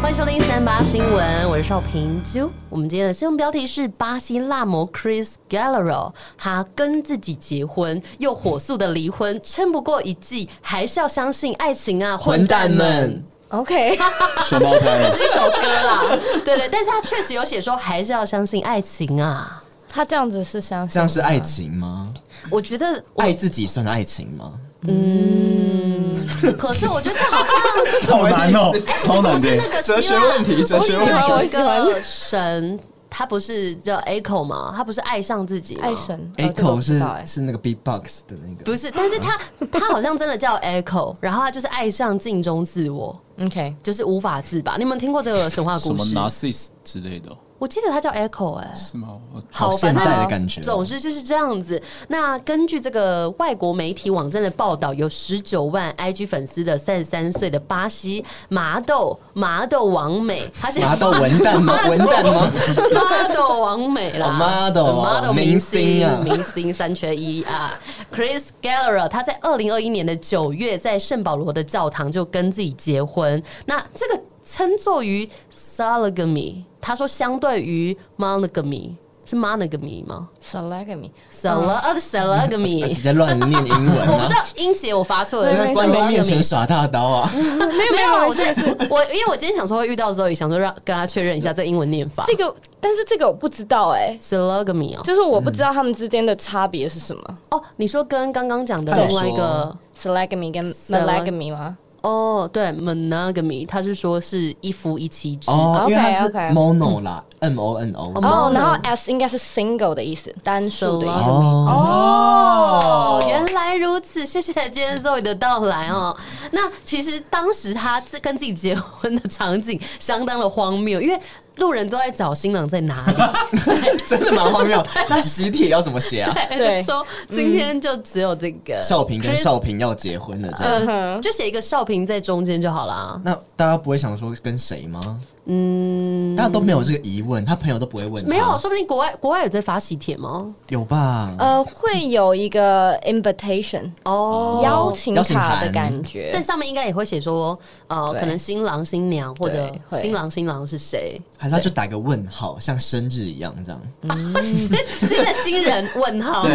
C: 欢迎收听三八新闻，我是少平啾。我们今天的新闻标题是：巴西辣模 Chris Galero，他跟自己结婚，又火速的离婚，撑不过一季，还是要相信爱情啊，
B: 混蛋们！！
E: OK，
D: 双胞胎
C: 这 *laughs* 是一首歌啦， *laughs* 对对，但是他确实有写说，还是要相信爱情啊。
E: 它这样子是相信，
B: 这样是爱情吗？
C: 我觉得我
B: 爱自己算爱情吗？
C: 可是我觉得这好像
D: 好难哦，超
C: 哎不
D: 难
C: 是
D: 的
C: 那。个希
B: 哲
C: 腊
B: 学问 *laughs* 题哲学问题
C: 希腊有一
E: 我喜
C: 个神，他不是叫 Echo 吗？他不是爱上自己吗？
E: 爱。神
B: a
E: 哦这个我
B: Echo
E: 不
B: 是
E: 知道哎
B: 是那个 Beatbox 的那个，
C: 不是，但是他 *laughs* 他好像真的叫 Echo，然后他就是爱上镜中自我，
E: OK，
C: 就是无法自拔。你们听过这个神话
D: 什
C: 故
D: 么
C: 事？
D: narciss 之类的哦，
C: 我记得他叫 Echo 哎、
D: 是吗？我
C: 好，
B: 好现代
C: 反正
B: 的感觉哦
C: 总之就是这样子。那根据这个外国媒体网站的报道，有十九万 IG 粉丝的三十三岁的巴西麻豆麻豆王美，她现在
B: 拿到文蛋
C: *laughs*
B: 吗？文蛋吗？
C: model 王美啦、呃
B: 哦，model 哦
C: model
B: 明
C: 明
B: 星啊
C: 明星三缺一啊。Chris Galera 他在二零二一年的九月在圣保罗的教堂就跟自己结婚，那这个称作于 sologamy，他说相对于 monogamy 是 monogamy 吗
E: Sologamy，
C: ？solo 呃
B: 直 *laughs*
C: sologamy。
B: 在乱念英哎文
C: 我不知
B: 啊！
C: 道英姐，我发错了。
B: 在
C: 是
B: 那关公面
C: sologamy
B: 前耍大刀啊！
E: 没有
C: 没有，我
E: 这
C: 在
E: 个是
C: 我因为我今天想说会遇到 Zoe，想说让跟他确认一下这英文念法。
E: 这个，但是这个我不知道哎、
C: sologamy 哦，
E: 就是我不知道他们之间的差别是什么
C: 哦，你说跟刚刚讲的
B: 对
C: 另外一个。
E: ，Sologamy 跟
C: Sol-
E: Monogamy 吗？
C: 哦，对，monogamy，他是说是一夫一妻制。
B: 哦，因为它是
E: OK，OK
B: mono 啦，M O N
C: 哦
B: O。
E: 哦
C: mono，
E: 然后 S 应该是 single 的意思，单数的意
C: Solo-
E: 思。
C: 哦
B: 哦，
C: 原来如此，谢谢今天 Zoe 的到来哦。那其实当时他自跟自己结婚的场景相当的荒谬，因为路人都在找新郎在 *laughs* 哪里。
B: *laughs* 真的蛮荒谬。那喜帖要怎么写啊？
C: 对，就嗯说今天就只有这个
B: 少平跟
C: Chris-
B: 少平要结婚了，这样。
C: 呃，就写一个少平在中间就好啦。
B: 那大家不会想说跟谁吗？嗯，大家都没有这个疑问，他朋友都不会问他。
C: 没有，说不定国外国外有在发喜帖吗？
B: 有吧？
E: 呃，会有一个 invitation
C: 哦，
E: 邀请
B: 邀请
E: 卡的
B: 函
E: 感觉，
C: 但上面应该也会写说，呃，
E: 对
C: 可能新郎新娘或者
E: 对会
C: 新郎新郎是谁？
B: 还是他就打个问号，像生日一样这样。
E: 嗯
C: *laughs* 新的新人问号，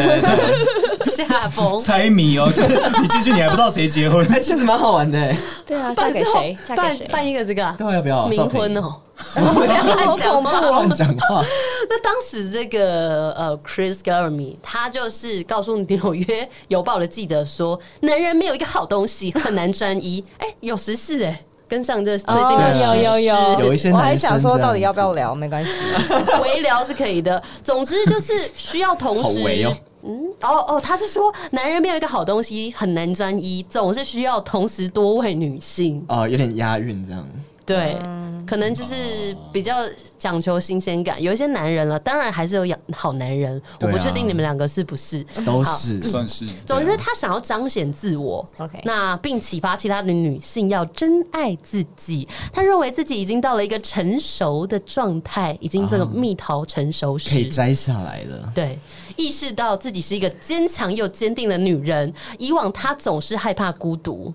C: *laughs* 夏
E: *laughs*
C: 风。
D: 猜谜哦， *laughs* 就是你进去你还不知道谁结婚， *laughs*
B: 哎，其实蛮好玩
C: *laughs*
B: 的欸。
E: 对啊，嫁给谁？嫁给
C: 办
E: 谁？哦
C: 办一个这个啊
B: 大家要不要？
C: 冥
B: 少平
C: 婚哦，不要乱
B: 乱
C: 讲
B: 讲
C: 话。
B: 话。
C: 那那当时这个呃，Chris Garamy 他就是告诉纽约邮报的记者说，男人没有一个好东西，很难专一。哎、有时事哎、跟上这最近的时事、
E: 哦有有有
B: 有一些
E: 我还
B: 男生
E: 想说
B: 这样
E: 到底要不要
B: 子
E: 聊，没关系。
C: *laughs* 微聊是可以的。总之就是需要同
B: 好
C: 时
B: 微哦，
C: 嗯，哦哦，他是说男人没有一个好东西，很难专一，总是需要同时多位女性。
B: 哦，有点押韵这样。
C: 对，可能就是比较讲求新鲜感。有一些男人了，当然还是有养好男人，我
B: 对啊啊
C: 不确定你们两个是不是。
B: 都
C: 好
B: 是
C: *laughs*
D: 算是。
C: 总
D: 对
C: 之，
D: 啊
C: 他想要彰显自我
E: OK
C: 那并启发其他的女性要珍爱自己。他认为自己已经到了一个成熟的状态，已经这个蜜桃成熟时，
B: 啊可以摘下来了。
C: 对，意识到自己是一个坚强又坚定的女人。以往她总是害怕孤独，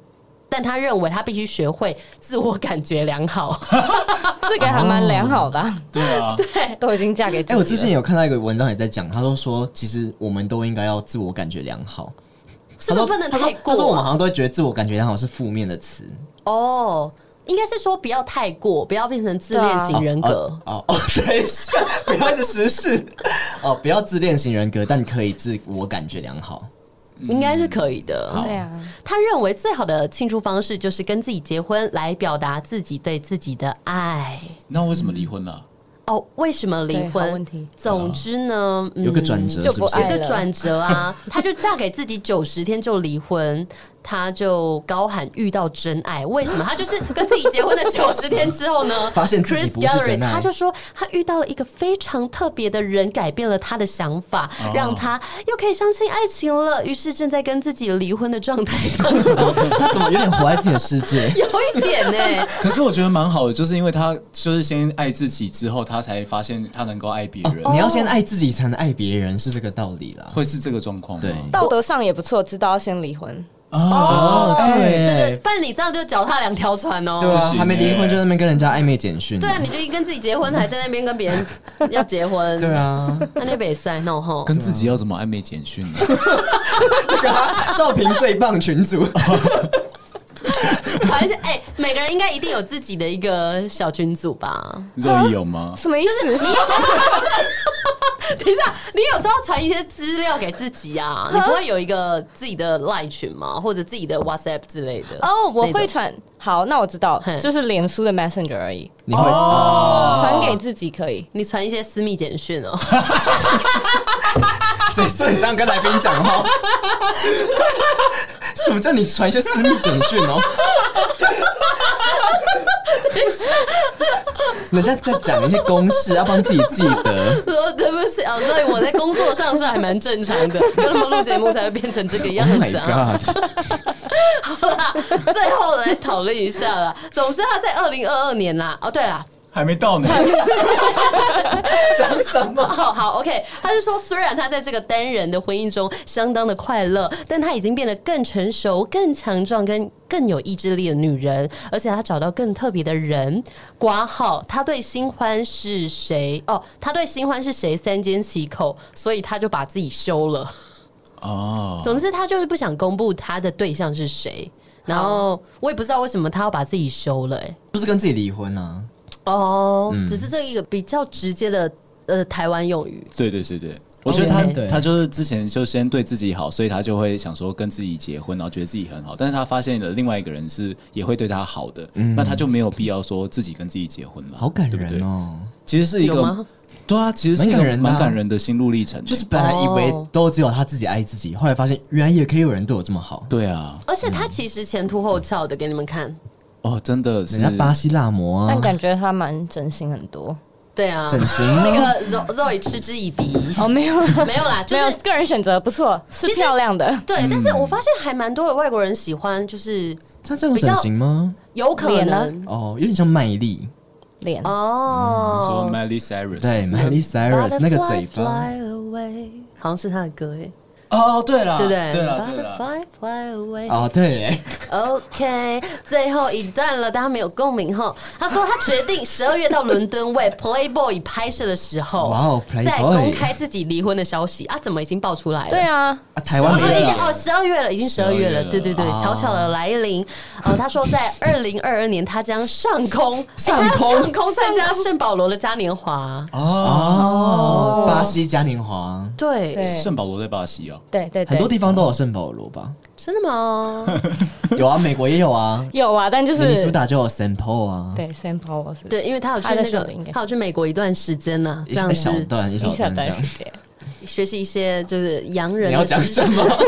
C: 但她认为她必须学会自我感觉良
B: *laughs*
C: 好。
E: 这个还蛮良好的啊、
D: 对啊，
C: 哦
E: 都已经嫁给自己
B: 哎、
E: 了。
B: 我之前有看到一个文章也在讲，他都说其实我们都应该要自我感觉良好。
C: 是
B: 他
C: 不
B: 说
C: 是不能
B: 他说
C: 太过、
B: 他说我们好
C: 啊？
B: 像都会觉得自我感觉良好是负面的词，
C: 哦，应该是说不要太过，不要变成自恋型人格。
B: 哦哦哦， *laughs* 对，是不要一直实事哦，不要自恋型人格，但可以自我感觉良好。
C: 应该是可以的。
E: 嗯对啊，
C: 他认为最好的庆祝方式就是跟自己结婚，来表达自己对自己的爱。
D: 那为什么离婚了？啊
C: 哦，为什么离
E: 对好
C: 婚
E: 问题？
C: 总之呢，嗯
B: 有个转折
E: 就是不
B: 不是？
E: 爱
C: 有一个
E: 了
C: 转折
B: *laughs*
C: 啊，她就嫁给自己九十天就离婚，她就高喊遇到真爱。为什么？她就是跟自己结婚的九十天之后呢，
B: *laughs* 发现自己
C: Chris
B: 不是
C: Gallery，
B: 真爱
C: 她就说她遇到了一个非常特别的人，改变了她的想法，
B: 哦
C: 让她又可以相信爱情了。于是正在跟自己离婚的状态当中，
B: 他怎么有点活在自己的世界？
C: 有一点呢、
D: 可是我觉得蛮好的，就是因为他就是先爱自己，之后他才发现他能够爱别人，
C: 哦
B: 你要先爱自己，才能爱别人，是这个道理啦。
D: 会是这个状况吗？
B: 对
E: 道德上也不错，知道要先离婚。
B: *laughs* 哦，
C: 对
B: 对
C: 对，不然你这样就脚踏两条船哦。
B: 对
D: 不
B: 啊，
D: 行
B: 还没离
D: 欸
B: 婚就在那边跟人家暧昧简讯，
C: 对啊，你就跟自己结婚，还在那边跟别人要结婚，
B: *laughs* 对，啊，
C: 那你北塞弄吼。
D: 跟自己要怎么暧昧简 *laughs* 讯呢？
B: 少平最棒群主，
C: 传一下，哎、每个人应该一定有自己的一个小群组吧？
D: 肉里有
B: 哦
D: 吗？
E: 什么意思？
C: 你有时候，等一下，你有时候传一些资料给自己啊，你不会有一个自己的赖群吗？或者自己的 WhatsApp 之类的？
E: 哦，我
C: 那种
E: 会传。好，那我知道
C: 嘿，
E: 就是脸书的 Messenger 而已，
B: 你会
C: 哦
E: 传给自己可以。
C: 你传一些私密简讯哦、 *laughs*
B: 谁说你这样跟来宾讲话？ *laughs* 什么叫你传一些私密简讯 *laughs* 哦？人家在讲一些公式，要帮自己记得。
C: 说对不起啊，所以我在工作上是还蛮正常
E: *laughs*
C: 的，跟他们录节目才会变成这个样
B: Oh
C: 子、啊。
B: my god！
E: Oh
C: 好啦， *laughs* 最后来讨论一下啦。总之，他在二零二二年啦，哦，对啦，
D: 还没到呢。
B: 讲什么？
C: 好 *laughs* 好，OK，他是说，虽然他在这个单人的婚姻中相当的快乐，但他已经变得更成熟、更强壮、跟更有意志力的女人，而且他找到更特别的人。挂号，他对新欢是谁？哦，他对新欢是谁三缄其口，所以他就把自己休了。
D: 哦，
C: *laughs* 总之，他就是不想公布他的对象是谁。然后我也不知道为什么他要把自己休了、哎，
B: 就是跟自己离婚啊？
C: 哦，
D: 嗯
C: 只是这一个比较直接的呃台湾用语，
D: 对对对对。我觉得他
B: OK
D: 他就是之前就先对自己好，所以他就会想说跟自己结婚，然后觉得自己很好。但是他发现了另外一个人是也会对他好的，那他就没有必要说自己跟自己结婚了。
B: 好感
D: 对不
B: 人
D: 对！
B: 哦！
D: 其实是一
C: 有吗
D: 个，对啊，其实是一
B: 蛮感
D: 个
B: 人的啊
D: 蛮感人的心路历程。
B: 就是本来以为都只有他自己爱自己，后来发现原来也可以有人对我这么好。
D: 对啊，
C: 而且他其实前凸后翘的，给你们看。
D: 哦，真的是
B: 人家巴西辣模啊
E: 但，感觉他蛮真心很多。
C: 对啊，
B: 整形
C: 那个 Zo- Zoe 嗤之以鼻，
E: 哦，没有，
C: 没有啦，就
E: 没有
C: 是，
E: 个人选择不错，是
C: 其实
E: 漂亮的。
C: 对。但是我发现还蛮多的外国人喜欢，就是
B: 他这种整形吗？
C: 有可
E: 脸
C: 能
E: 呢
B: 哦，有点像麦莉，
E: 脸，
D: 说
C: 哦。
D: Miley 嗯 Cyrus
B: 对，
D: 是吗
B: 麦莉 Cyrus
C: Butterfly
B: 那个嘴巴。
C: fly away，好像是他的歌诶。哎
D: 哦，对啦，
C: 对不对？
D: 对啦，对啦，
C: Butterfly fly away。
B: 哦，对耶，
C: OK，最后一段了，大家没有共鸣哈。他说他决定十二月到伦敦为 Playboy 拍摄的时候，
B: 哇哦，Playboy
C: 在公开自己离婚的消息啊，怎么已经爆出来了？
E: 对。啊，
B: 啊台
C: 哦，
B: 湾
C: 已
B: 没
C: 经
B: 有。
C: 哦，十二月了，已经十二月了，
D: 12月了
C: 对对对，
B: 哦
C: 悄悄的来临。哦，他说
B: *laughs*
C: 在二零二二年，他将上空，
B: 上
C: 哎他要
B: 空
C: 上空参加圣保罗的嘉年华。
B: 哦，巴西嘉年华，
C: 对，
E: 对
D: 圣保罗在巴
C: *laughs*
D: 西啊，
E: 对对对，
B: 很多地方都有圣保罗吧？
C: 真的吗？
B: 有啊，美国也有啊，
E: 有啊，但就
B: 明尼苏
E: 是
B: 达就有 Sample 啊，
E: 对 Sam Powell 是
C: 对，因为他有去
E: 他在
C: 那
E: 首
C: 个
E: 都应该，
C: 他有去美国一段时间呢，
B: 一
C: 这样
B: 一小
C: 子
B: 段一小
E: 一下
B: 段这
E: 单
B: 样。
E: 对，
C: 学习一些就是洋人
B: 你要
C: 的
B: 讲
C: 知识
B: 什么？ *laughs*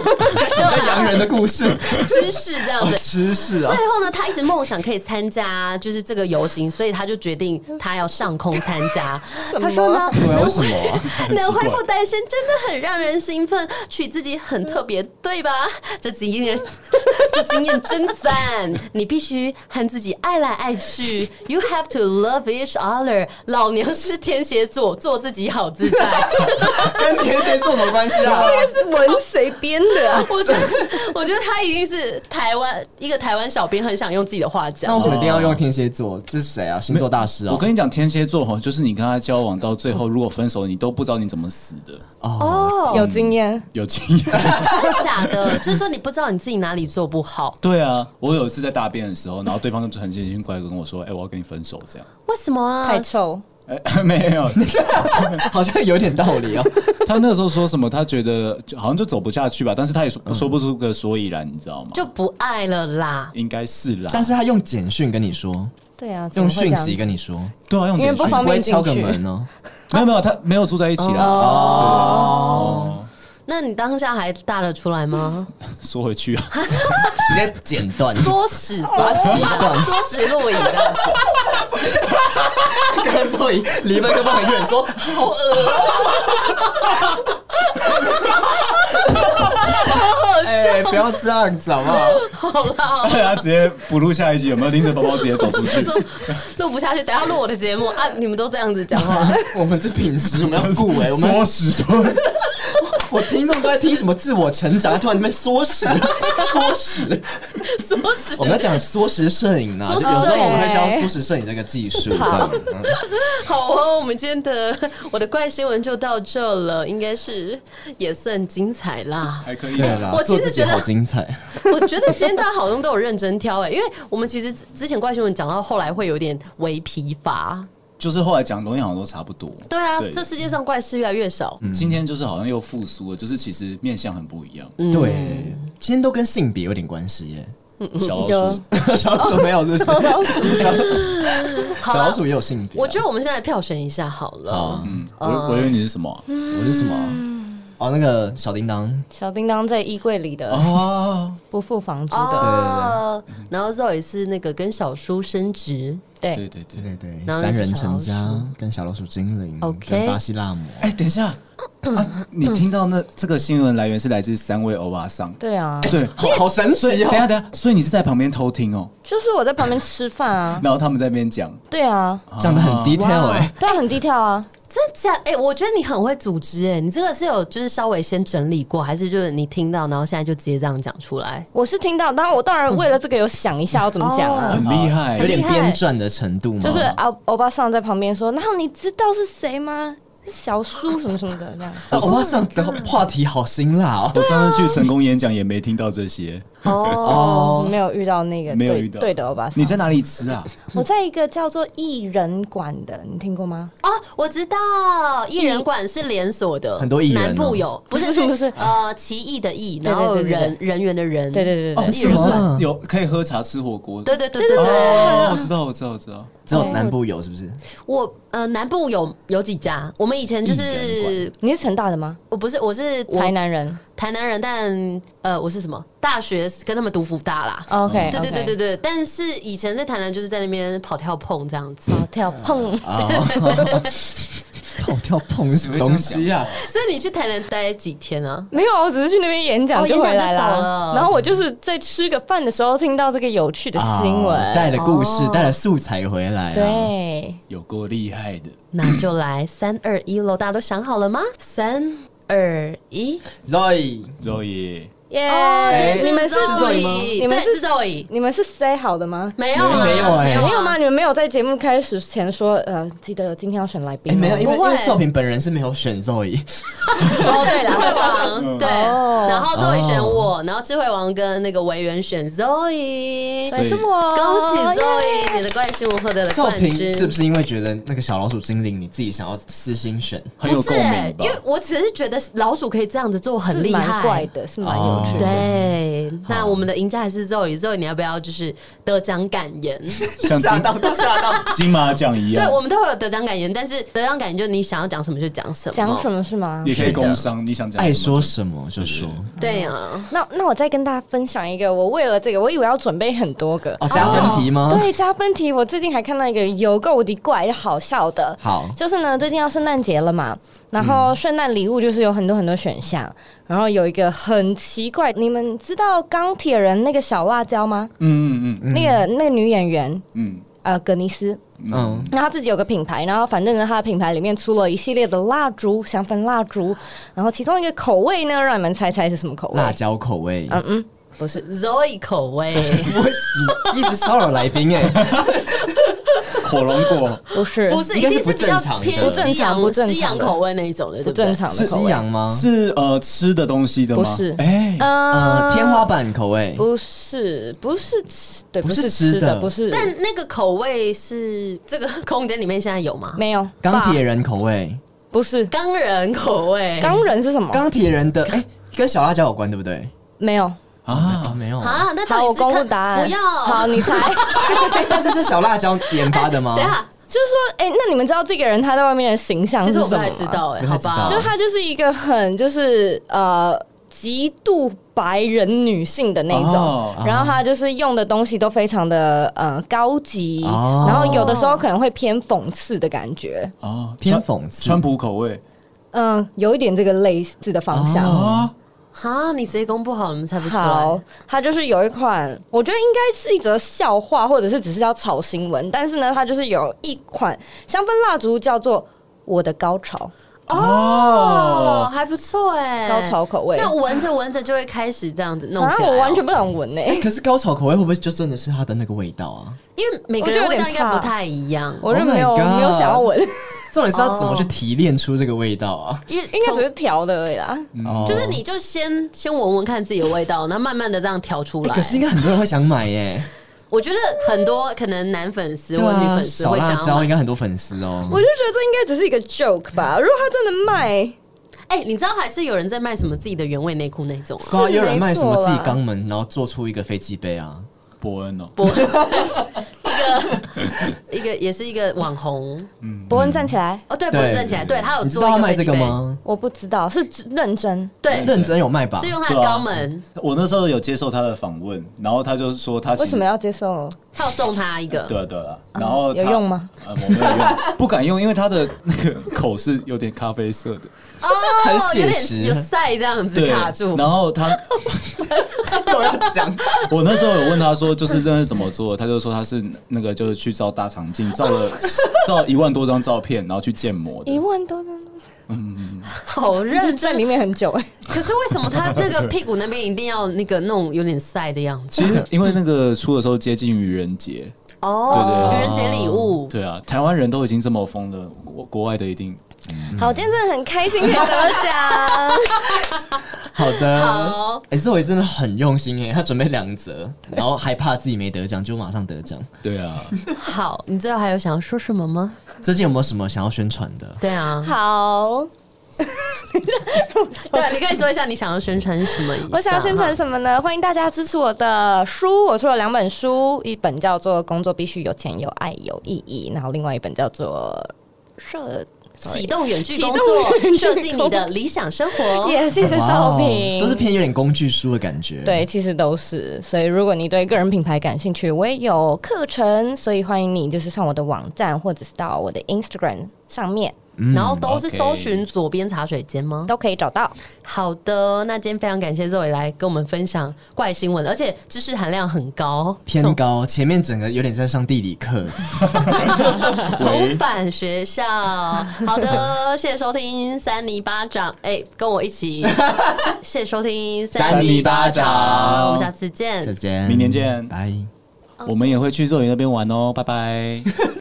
B: 讲在洋人的故事，
C: 知识这样
B: *laughs* 哦
C: 子，。
B: 吃是啊
C: 最，后呢，他一直梦想可以参加就是这个游行，所以他就决定他要上空参
E: *laughs*
C: 加。他说呢，
B: 对啊，
C: 能
B: 为什
C: 恢
B: 么啊？
C: 能恢复单身真的很让人兴奋，娶自己很特别，对吧？ *laughs* 这经验， *laughs* 这经验真赞！你必须和自己爱来爱去，You have to love each other。老娘是天蝎座， *laughs* 做自己好自在。
B: 跟天蝎座什么关系啊？
E: 是文谁编的啊？
C: 我觉得，我觉得他已经是台湾一个台湾小编，很想用自己的话 *laughs*
B: 那为
C: 讲。
B: 什么一定要用天蝎座？这是谁啊？星座大师啊
D: 我？跟你讲，天蝎座哈，就是你跟他交往到最后，如果分手，你都不知道你怎么死的，
C: 哦，
E: 有经验，
D: 有经验。 *laughs*
C: 真的假的？就是说你不知道你自己哪里做不好，
D: 对啊，我有一次在大便的时候，然后对方就很奇奇怪怪跟我说：“哎、我要跟你分手。”这样，
C: 为什么啊？
E: 太臭，
D: 哎， *laughs* 没有，
B: *laughs* 好像有点道理哦。
D: 他那时候说什么？他觉得就好像就走不下去吧，但是他也说说不出个所以然，你知道吗？
C: 就不爱了啦。
D: 应该是啦，
B: 但是他用简讯跟你说，
E: 对啊，怎
B: 用
E: 么会这
B: 讯
E: 样
B: 息跟
E: 子
B: 你说，
D: 对啊，用
E: 因为
D: 简
E: 不
B: 他
D: 讯
E: 方
B: 不会
E: 便
B: 敲
E: 进
B: 个
E: 去
B: 门哦。
D: 没有没有，他没有住在一起啦。
B: 哦，
C: 那你当下还大了出来吗？
D: 说回去啊， *laughs*
B: 直接剪断，
C: 唆使唆使
B: 哦
C: *laughs* 的，唆使录影的，
B: 跟座椅离麦克风很远，说好恶哦。 *laughs* 哎，不要这样子好不好？
C: 好啦，好啦
D: 他直接不录下一集，有没有拎着包包直接走
C: *laughs*
D: 出去？
C: 说录不下去，等下录我的节目啊！你们都这样子讲
B: *laughs*
C: 话，
B: 我们这品质我们要顾哎，我们
D: 唆使说，
B: 我听众都在听什么自我成长，他突然在那边缩食 *laughs* 缩食。
C: 唆使
B: 我们要讲缩食摄影呢，有
C: 缩
B: 时
C: 时
B: 候
C: 摄影
B: 我们会需要缩食摄影这个技术。这样嗯
C: 好哦，我们今天的我的怪新闻就到这了，应该是也算精彩啦。 *laughs*
D: 还可以
B: 对
D: 啊。
B: 啦
C: 我，其
B: 做
C: 实
B: 自己
C: 觉得
B: 好精彩。
C: 我觉得今天大家好像都有认真挑哎、因为我们其实之前怪新闻讲到后来会有点微疲乏，
D: 就是后来讲的东西好像都差不多。
C: 对啊，这世界上怪事越来越少。
B: 嗯
D: 今天就是好像又复苏了，就是其实面相很不一样。
C: 嗯
B: 对，今天都跟性别有点关系耶。
D: 小老
E: 有
D: 鼠，
B: *laughs* 小老鼠没有，是不是？
C: 好
B: 小
C: 啦
B: 老鼠也有性别啊。
C: 我觉得我们现在票选一下好了
B: 哦。嗯
D: 嗯，我我以为你是什么啊？
B: 我是什么啊？哦，那个小叮当，
E: 小叮当在衣柜里的
D: 哦，
E: 不付房租的，
C: 哦，然后 Zoe 是那个跟小叔升职，
E: 对
D: 对对对
B: 对。对对，
C: 然后
B: 三
C: 那是
B: 人
C: 小
B: 成
C: 老
B: 家，跟小老鼠精灵
C: OK
B: 跟巴西辣魔。
D: 哎，等一下，啊，你听到那这个新闻来源是来自三位欧巴桑，哎
E: 对啊，
D: 对，
B: 好好神
D: 所以
B: 奇
D: 等一
B: 哦！
D: 下等一下，所以你是在旁边偷听哦，
E: 就是我在旁边吃饭啊，
D: 然后他们在那边讲，
E: 对啊，
C: 哦
B: 讲的很 detail 哎、
E: 对啊，很低调啊，
C: 真假？哎、我觉得你很会组织哎、你这个是有就是稍微先整理过，还是就是你听到然后现在就直接这样讲出来？
E: 我是听到，当然我当然为了这个有想一下要怎么讲啊
C: 哦。
D: 很厉害
B: 有，点
C: 很厉害
B: 编撰的程度
D: 嗯
B: 吗？
E: 就是啊，欧巴桑在旁边说：“然后你知道是谁吗？是小叔什么什么的这样。
B: 我哦哇上的话题好辛辣哦
D: 我！上次去成功演讲也没听到这些，
C: 哦，
E: 我没有遇到那个
D: 没有
E: 对
D: 遇到
E: 对的欧巴桑。
D: 你在哪里吃啊？
E: 我在一个叫做艺人馆的，你听过吗？
D: 嗯
C: 哦，我知道，艺人馆是连锁的，
B: 很多艺人哦
C: 南部 *laughs* 有，不是
E: 不是不是
C: 呃，奇异的异，
E: 对
C: 然后
E: 对对对
C: 人人员的人，
E: 对对对对
D: 哦，
E: 对，
D: 是不
B: 什么
D: 是有可以喝茶吃火锅？
C: 对对对对对，
D: 哦，我知道，我知道，我知道。
B: 只有南部有是不是？
C: 我呃南部有有几家，我们以前就
B: 艺人
C: 是
E: 你是成大的吗？
C: 我不是我是我
E: 台南人。
C: 台南人，但呃我是什么大学跟他们读福大啦。
E: 哦 OK，
D: 嗯
C: 对对对对
E: 对，
C: 对，但是以前在台南就是在那边跑跳碰这样子，
E: 跑跳
D: 嗯
E: 碰，
B: 哦，跑哦跳碰什么东西啊？
C: 所以你去台南待几天啊？
E: 没有，我只是去那边演
C: 哦
E: 讲
C: 演
E: 就
C: 讲
E: 回来
C: 就走
E: 啦
C: 了。
E: 然后我就是在吃个饭的时候听到这个有趣的新
B: 啊带
E: 闻，
B: 了故事
C: 哦，
B: 带了素材回来啊！
E: 对，
D: 有够厉害的，
C: 那就来三二一喽！大家都想好了吗？三二一，
B: Zoe，
D: 所以
E: 耶、
C: 哦，今天
E: 哎你们
C: 是
E: 是
C: 咒
E: 你
C: 语，
E: 们
C: 对，
E: 是
C: 是咒语，
E: 你们是 say 好的吗？
C: 没有啊，
B: 没有哎
C: 啊
E: 没有吗？？你们没有在节目开始前说，呃，记得今天要选来宾
B: 哎，
E: 吗、
B: 没有，因为因
C: 不会
B: 为少平本人是没有选 Zoe，
C: 我选哦智慧王，
D: 嗯
C: 对，
E: 哦
C: 然后咒语选
B: 哦
C: 我，然后智慧王跟那个维园选 Zoe，
E: 对是我，
C: 恭喜
E: 哦耶
C: Zoe，你的怪新闻获得了
B: 少
C: 冠
B: 平
C: 军。
B: 是不是因为觉得那个小老鼠精灵你自己想要私心选？
D: 很
C: 不
D: 有
C: 是
D: 共鸣
C: 欸
D: 吧
C: 因？为我只是觉得老鼠可以这样子做很厉
E: 是
C: 害，
E: 蛮怪的，是蛮有趣的。
B: 哦
C: 对，那我们的赢家还是 Zoe。Zoe，你要不要就是得奖感言？
D: 像金
B: 到吓到，
D: 金马奖一
C: 对
D: 样，，
C: 我们都会有得奖感言，但是得奖感言就是你想要讲什么就讲什么。
E: 讲什？么是吗？
B: 嗯
D: 也可以工商，你想讲
B: 爱
D: 什么
B: 说什么就说。
C: 对啊，
E: 那那我再跟大家分享一个，我为了这个，我以为要准备很多个。
B: 哦，加分题吗？
E: 对，加分题，我最近还看到一个有够的怪又好笑的。
B: 好嗯
E: 就是呢，最近要圣诞节了嘛，然后圣诞礼物就是有很多很多选项，然后有一个很奇怪，你们知道钢铁人那个小辣椒吗？
D: 嗯嗯嗯
E: 那个那个女演员
D: 嗯
E: 呃，葛尼斯，
B: 嗯，
E: 那他自己有个品牌，然后反正呢，他的品牌里面出了一系列的蜡烛、香氛蜡烛，然后其中一个口味呢，让你们猜猜是什么口味？
B: 辣椒口味，
E: 嗯嗯，不是，
C: Zoe 口味，
B: 我你一直骚扰来宾 *laughs* 哎，
D: 嗯，火龙果
E: 不是，
C: 不是，一
B: 应该
C: 定
B: 是
C: 是
B: 不
C: 比较
B: 正常的
C: 偏
E: 不正
C: 西
E: 常不
C: 洋
E: 正常的
C: 西洋口味那一种的，
E: 不
C: 对
E: 正
C: 对？
E: 常的
B: 是
E: 口
B: 西
E: 味。
B: 洋吗？
D: 是呃吃的东西的吗？
E: 不是
D: 哎，
B: 啊呃，
E: 呃
B: 天花板口味，
E: 不是，不是吃，对，
B: 不
E: 不
B: 是
E: 是吃
B: 吃的
E: 不是，
C: 但那个口味是这个空间里面现在有吗？
E: 没有
B: 钢铁
E: 吧
B: 人口味，
E: 不是
C: 钢人口味，
E: 钢人是什么？
B: 钢铁人的哎，跟小辣椒有关对不对？
E: 没有。
B: 哦
D: 啊，
B: 没有，
C: 啊，那到底
E: 好，
C: 是
E: 我公布
C: 看
E: 答案。
C: 不要。 *laughs*
E: 好，你猜。 *laughs*
B: 哎但是是小辣椒研发的吗
C: 哎等一？下，
E: 就是说，哎，那你们知道这个人他在外面的形象
C: 其
E: 是
C: 实
E: 什
C: 我
E: 么
C: 不
E: 吗？
C: 太知道，哎，
B: 不太
C: 好
B: 知
C: 吧
B: 道，
E: 就是她就是一个很就是呃极度白人女性的那种，
D: 哦
E: 然后她就是用的东西都非常的呃高级，
B: 哦
E: 然后有的时候可能会偏讽刺的感觉，
D: 哦，
B: 偏
D: 川
B: 讽刺
D: 川普口味
E: 嗯、有一点这个类似的方
B: 嗯
E: 向。
D: 啊，
C: 啊，你直接公布好了，我们猜不出来
E: 好。，它就是有一款，我觉得应该是一则笑话，或者是只是要炒新闻。但是呢，它就是有一款香氛蜡烛叫做“我的高潮
C: 哦，还不错”，哎，
E: 高潮口味。
C: 那闻着闻着就会开始这样子弄
E: 啊
C: 起来、哦
E: 我完全，不想闻欸呢、
B: 可是高草口味会不会就真的是它的那个味道啊？
C: 因为每个人味道应该不太一样，
E: 我就
B: Oh my
E: 没有、没有想要
B: God
E: 闻，
B: 重点是要怎
C: 哦
B: 么去提炼出这个味道啊？
C: 因为
E: 应该只
C: 从
E: 是调的而已啦。
B: 哦
C: 就是你就先先闻闻看自己的味道，然后慢慢的这样调出
B: 哎
C: 来。
B: 可是应该很多人会想买耶，
C: 我觉得很多可能男粉丝
B: 对
C: 或女
B: 啊，
C: 粉丝
B: 小
C: 会
B: 辣
C: 想要
B: 椒应
C: 买。
B: 该很多粉丝哦。
E: 我就觉得这应该只是一个 joke 吧。如果他真的卖，
C: 哎、你知道还是有人在卖什么自己的原味内裤那种啊？
B: 刚刚有人卖什么自己
E: 是没错啦
B: 肛门，然后做出一个飞机杯啊？
D: 伯恩哦，
C: 不，一个一个 *laughs* 也是一个网红
D: 嗯
E: 伯恩站起来，
C: 哦，对，不
B: 对
C: 能站起来，对他有
B: 你知
C: 做
B: 道
C: 一
B: 他
C: 个
B: 卖
C: 飞
B: 这
C: 机
B: 个
C: 杯，
B: 吗？
E: 我不知道是指认真。
C: 对，
B: 认真有卖吧
C: 是？用他的
D: 对啊
C: 肛门，
D: 我那时候有接受他的访问，然后他就说他其
E: 为
D: 实
E: 什么要接受？
C: 他有送他一个，
D: 对啊对啊，然后他
E: 有用吗？
D: 呃，我没有用，不敢用，因为他的那个口是有点咖啡色的，
C: 哦，
B: 很
C: 有
B: 写实
C: 点有塞这样子
D: 对
C: 卡住，
D: 然后
C: *laughs*
D: 他，
B: 有人讲，
D: 我那时候有问他说，就是那是怎么做的，他就说他是那个就是去照大肠镜，照
C: *laughs*
D: 了照一万多张照片，然后去建模的
E: 一。万多呢？
C: 好
E: 就是
C: 认
E: 在
C: 真哦
E: 里面很久哎、
C: 可是为什么他那
D: *laughs*
C: 个屁股那边一定要那个那种有点晒的样子？
D: 其实因为那个出的时候接近愚人节，
C: 哦，
D: 对对对
C: 愚人节礼物，
D: 对啊，台湾人都已经这么疯了，国国外的一定
B: 嗯
E: 好，今天真的很开心可以得
B: *laughs*
E: 奖。
B: 好的，
C: 好
B: 哎、这回真的很用心哎，他准备两折，然后还怕自己没得奖，就马上得奖。
D: 对
C: *laughs*
D: 啊，
C: 好，你最后还有想要说什么吗？
B: 最近有没有什么想要宣传的？
C: 对啊，
E: 好，
C: 对，啊你可以说一下你想要宣传什么以上？
E: 我想要宣传什么呢？欢迎大家支持我的书，我出了两本书，一本叫做《工作必须有钱、有爱、有意义》，然后另外一本叫做《社
C: 哈启动远距工
E: 启动远
C: 作，
E: 距工
C: 设
E: 作
C: 计你的理想生活。
E: *laughs* 也谢谢
B: 哇
E: 少
B: 哦
E: 平，
B: 都是偏有点工具书的感觉。
E: 对，，其实都是。所以如果你对个人品牌感兴趣，我也有课程，所以欢迎你就是上我的网站，或者是到我的 Instagram 上面。
C: 然后都是
D: OK
C: 搜寻左边茶水间吗？
E: 都可以找到。
C: 好的，那今天非常感谢 Zoe 来跟我们分享怪新闻，而且知识含量很高，
B: 偏高，前面整个有点在上地理课。
C: *laughs* 重返学校。好的，谢谢收听三尼巴掌，哎、跟我一起，谢谢收听
B: 三
D: 尼巴
C: 好我
D: 掌
C: 们下次见
B: 再。见，
D: 明年见
B: 拜。
D: 我们也会去肉圆那边玩哦，拜拜。